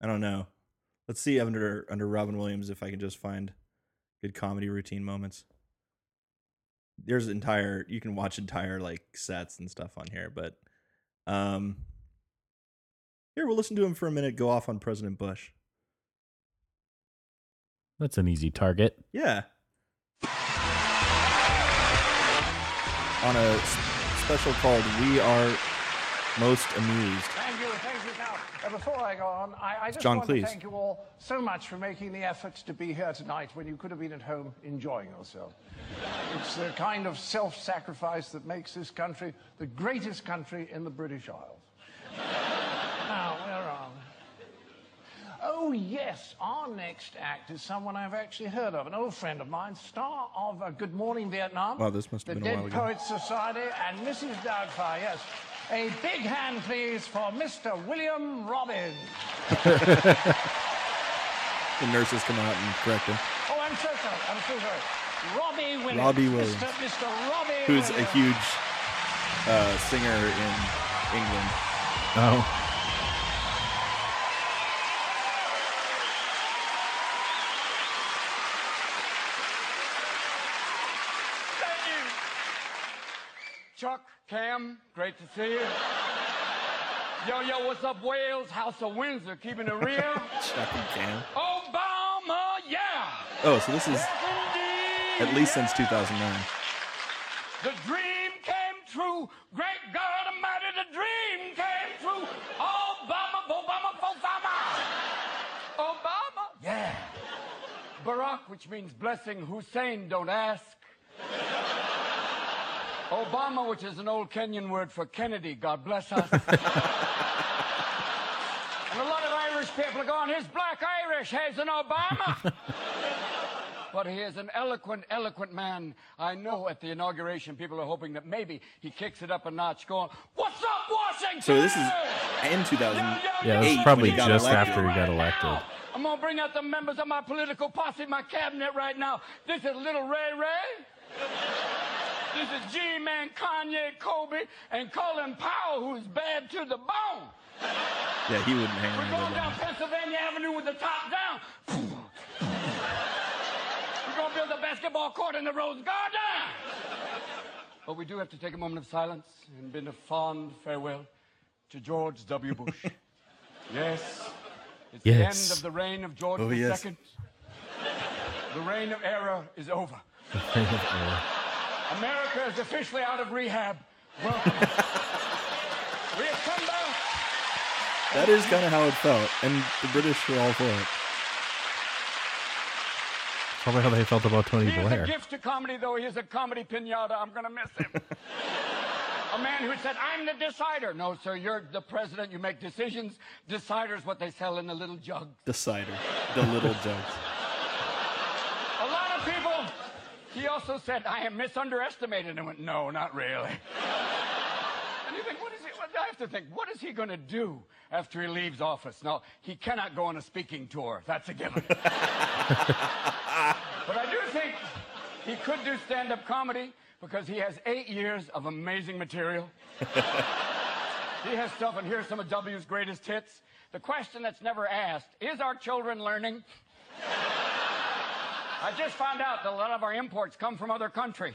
B: I don't know. Let's see under under Robin Williams if I can just find good comedy routine moments. There's entire you can watch entire like sets and stuff on here, but um here we'll listen to him for a minute go off on President Bush.
C: That's an easy target.
B: Yeah. On a s- special called We Are Most Amused.
E: Thank you, thank you. Now, uh, before I go on, I, I just
B: John
E: want
B: Cleese.
E: to thank you all so much for making the effort to be here tonight when you could have been at home enjoying yourself. It's the kind of self-sacrifice that makes this country the greatest country in the British Isles. now, where are we? Oh, yes, our next act is someone I've actually heard of, an old friend of mine, star of uh, Good Morning Vietnam.
B: Wow, this must
E: the
B: have been a
E: Dead
B: while ago.
E: Poets Society and Mrs. Doubtfire, yes. A big hand, please, for Mr. William Robbins.
B: The nurses come out and correct him.
E: Oh, I'm so sorry. I'm so sorry. Robbie Williams.
B: Robbie Williams.
E: Mr. Mr. Robbie
B: Who's a
E: Williams.
B: huge uh, singer in England.
C: Oh.
E: Thank you.
D: Chuck, Cam, great to see you. Yo, yo, what's up, Wales? House of Windsor, keeping it real.
B: Chuck and Cam.
D: Obama!
B: E. Oh, so this is at least since 2009.
D: The dream came true. Great God Almighty, the dream came true. Obama, Obama, Obama. Obama? Yeah. Barack, which means blessing. Hussein, don't ask. Obama, which is an old Kenyan word for Kennedy, God bless us. and a lot of Irish people are going, he's black Irish, he's an Obama. But he is an eloquent, eloquent man. I know at the inauguration, people are hoping that maybe he kicks it up a notch, going, What's up, Washington?
B: So this is in 2000.
C: Yeah, that's
B: Eight
C: probably
B: when he got
C: just
B: elected.
C: after he got
D: Right
C: elected.
D: now, I'm gonna bring out the members of my political posse, my cabinet right now. This is little Ray Ray. This is G-Man Kanye Kobe and Colin Powell, who's bad to the bone.
B: Yeah, he wouldn't hang
D: We're going
B: around.
D: down
B: that
D: Pennsylvania Avenue with the top down. We're going to build a basketball court in the Rose Garden. But we do have to take a moment of silence and bid a fond farewell to George W. Bush. yes, it's
C: Yes.
D: the end of the reign of George
B: Oh,
D: II.
B: yes.
D: The reign of error is over. America is officially out of rehab. Welcome. we have come back.
B: long. That is kind of how it felt, and the British were all for it.
C: Probably how they felt about Tony
D: He is a
C: Blair.
D: gift to comedy, though he is a comedy pinata. I'm going to miss him. a man who said, I'm the decider. No, sir, you're the president. You make decisions. Decider's what they sell in the little jug.
B: The cider, the little jokes.
D: A lot of people, he also said, I am misunderestimated. And went, no, not really. and you think, what is he, what, I have to think, what is he going to do after he leaves office? No, he cannot go on a speaking tour. That's a given. but I do think he could do stand-up comedy because he has eight years of amazing material. he has stuff, and here's some of W's greatest hits. The question that's never asked, is our children learning? I just found out that a lot of our imports come from other countries.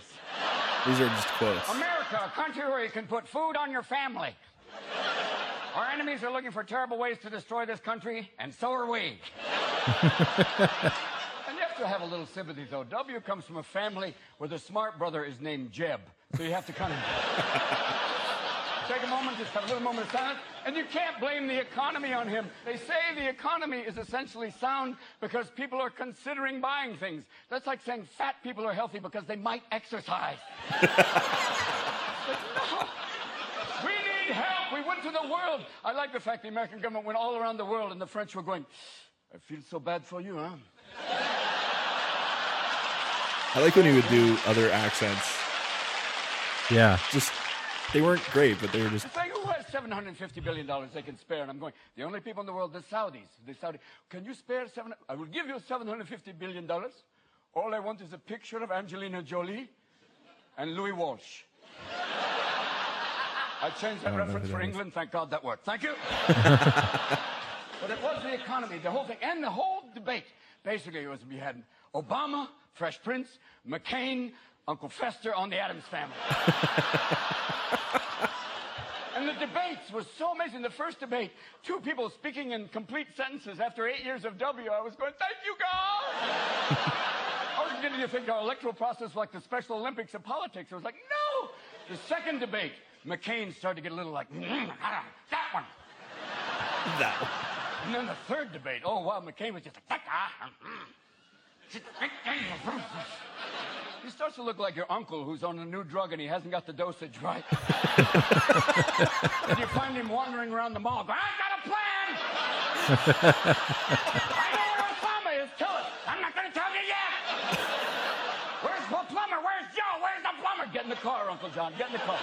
B: These are just quotes.
D: America, a country where you can put food on your family. Our enemies are looking for terrible ways to destroy this country, and so are we. and you have to have a little sympathy, though. W comes from a family where the smart brother is named Jeb, so you have to kind of take a moment, just have a little moment of silence. And you can't blame the economy on him. They say the economy is essentially sound because people are considering buying things. That's like saying fat people are healthy because they might exercise. We need help. We went to the world. I like the fact the American government went all around the world and the French were going, I feel so bad for you, huh?
B: I like when he would do other accents.
C: Yeah.
B: Just they weren't great, but they were just
D: It's like, who has $750 billion they can spare? And I'm going, the only people in the world, the Saudis. The Saudi, can you spare seven? I will give you $750 billion. All I want is a picture of Angelina Jolie and Louis Walsh. I changed that reference for England. Thank God that worked. Thank you. but it was the economy, the whole thing, and the whole debate. Basically, it was we had Obama, Fresh Prince, McCain, Uncle Fester on the Adams family. And the debates was so amazing. The first debate, two people speaking in complete sentences after eight years of W, I was going, thank you, God. I was beginning to think our electoral process was like the Special Olympics of politics. I was like, no. The second debate, McCain started to get a little like, "Mm, ah, that one.
B: that. one.
D: And then the third debate, oh, wow, McCain was just like, "Fuck, ah, mm, mm." he starts to look like your uncle who's on a new drug and he hasn't got the dosage right. and you find him wandering around the mall going, I've got a plan! I know where Obama is, tell us. I'm not going to tell you yet! Where's the plumber? Where's Joe? Where's the plumber? Get in the car, Uncle John. Get in the car.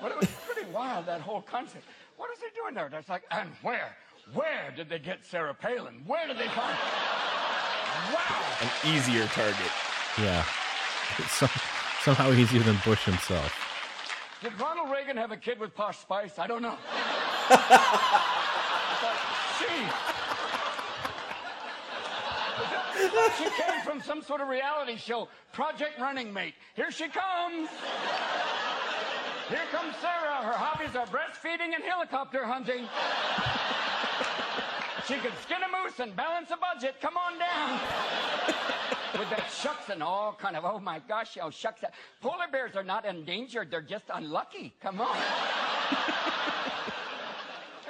D: But it was pretty wild, that whole concept. What is he doing there? That's like, and where? Where did they get Sarah Palin? Where did they find her? Wow!
B: An easier target.
C: Yeah. It's some, somehow easier than Bush himself.
D: Did Ronald Reagan have a kid with Posh Spice? I don't know. she. She came from some sort of reality show, Project Running Mate. Here she comes. Here comes Sarah. Her hobbies are breastfeeding and helicopter hunting. She could skin a moose and balance a budget. Come on down. With that shucks and all kind of, oh my gosh, oh shucks. Polar bears are not endangered. They're just unlucky. Come on. And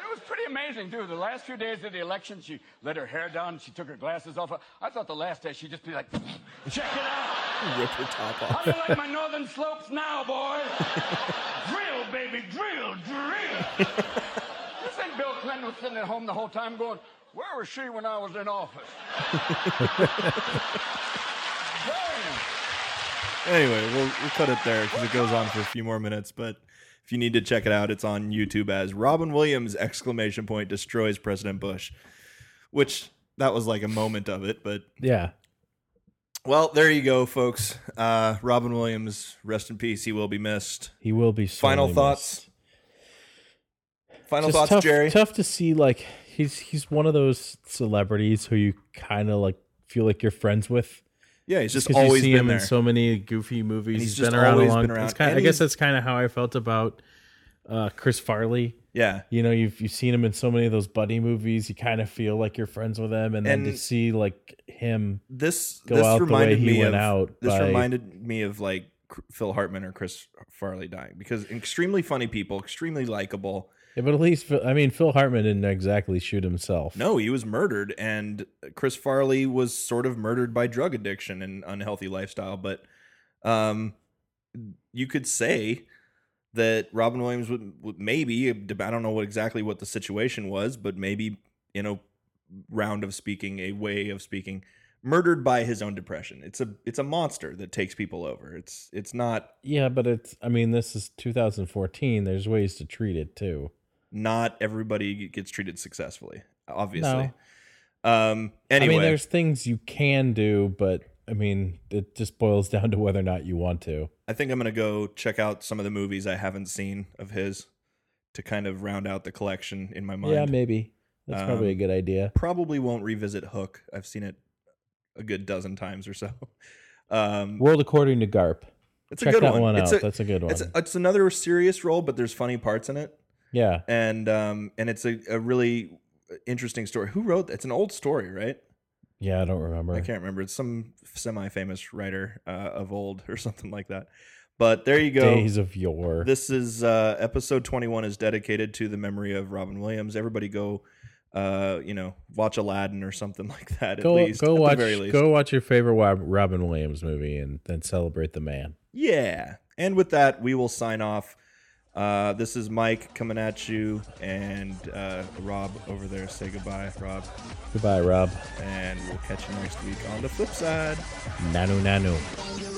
D: It was pretty amazing, too. The last few days of the election, she let her hair down. She took her glasses off. I thought the last day she'd just be like, check it out.
B: Rip her top off.
D: How do you like my northern slopes now, boy? drill, baby, drill, drill. you think Bill Clinton was sitting at home the whole time going, where was she when I was in office? Damn.
B: Anyway, we'll, we'll cut it there because it goes on for a few more minutes. But if you need to check it out, it's on YouTube as Robin Williams exclamation point destroys President Bush, which that was like a moment of it. But
C: Yeah.
B: well, there you go, folks. Uh, Robin Williams, rest in peace. He will be missed.
C: He will be. sorely
B: Final
C: missed.
B: thoughts. Final
C: Just
B: thoughts,
C: tough,
B: Jerry.
C: Tough to see. Like he's he's one of those celebrities who you kind of like feel like you're friends with.
B: Yeah, he's just
C: 'Cause you
B: always
C: see
B: been
C: him
B: there.
C: in so many goofy movies.
B: And he's
C: he's been
B: just
C: around a
B: always
C: long.
B: been around.
C: It's kind
B: And
C: I guess
B: he's-
C: that's kind of how I felt about uh, Chris Farley.
B: yeah,
C: You know, you've you've seen him in so many of those buddy movies. You kind of feel like you're friends with him, and then to
B: And-
C: see like him,
B: this
C: go
B: this
C: out the way
B: reminded
C: he
B: me
C: went
B: of
C: out
B: this
C: by-
B: reminded me of like C- Phil Hartman or Chris Farley dying because extremely funny people, extremely likable.
C: yeah, but at least Phil- I mean, Phil Hartman didn't exactly shoot himself.
B: No, he was murdered, and Chris Farley was sort of murdered by drug addiction and unhealthy lifestyle. But um, you could say that Robin Williams would, would maybe I don't know what exactly what the situation was, but maybe in a round of speaking, a way of speaking, murdered by his own depression. It's a it's a monster that takes people over. It's it's not
C: Yeah, but it's. I mean, this is 2014. There's ways to treat it too.
B: not everybody gets treated successfully, obviously.
C: No.
B: Um. Anyway,
C: I mean, there's things you can do, but I mean, it just boils down to whether or not you want to.
B: I think I'm gonna go check out some of the movies I haven't seen of his to kind of round out the collection in my mind.
C: Yeah, maybe that's probably a
B: Um,
C: good idea.
B: Probably won't revisit Hook. I've seen it a good dozen times or so. Um,
C: World according to Garp.
B: it's
C: Check
B: a good
C: that
B: one.
C: one, out.
B: It's
C: that's a good one.
B: it's, it's another serious role, but there's funny parts in it,
C: yeah,
B: and um, and it's a, a really interesting story. Who wrote? It's an old story, right?
C: yeah. I don't remember.
B: I can't remember. It's some semi-famous writer uh, of old or something like that. But there you go.
C: Days of yore.
B: This is uh, episode 21 is dedicated to the memory of Robin Williams. Everybody go, uh, you know, watch Aladdin or something like that.
C: go
B: at least,
C: go
B: at
C: watch
B: the very least.
C: go watch your favorite Wa- Robin Williams movie and then celebrate the man.
B: Yeah. And with that, we will sign off. Uh, this is Mike coming at you, and uh, Rob over there. Say goodbye, Rob,
C: Goodbye, Rob.
B: and we'll catch you next week on the flip side.
C: Nanu nanu.
F: You're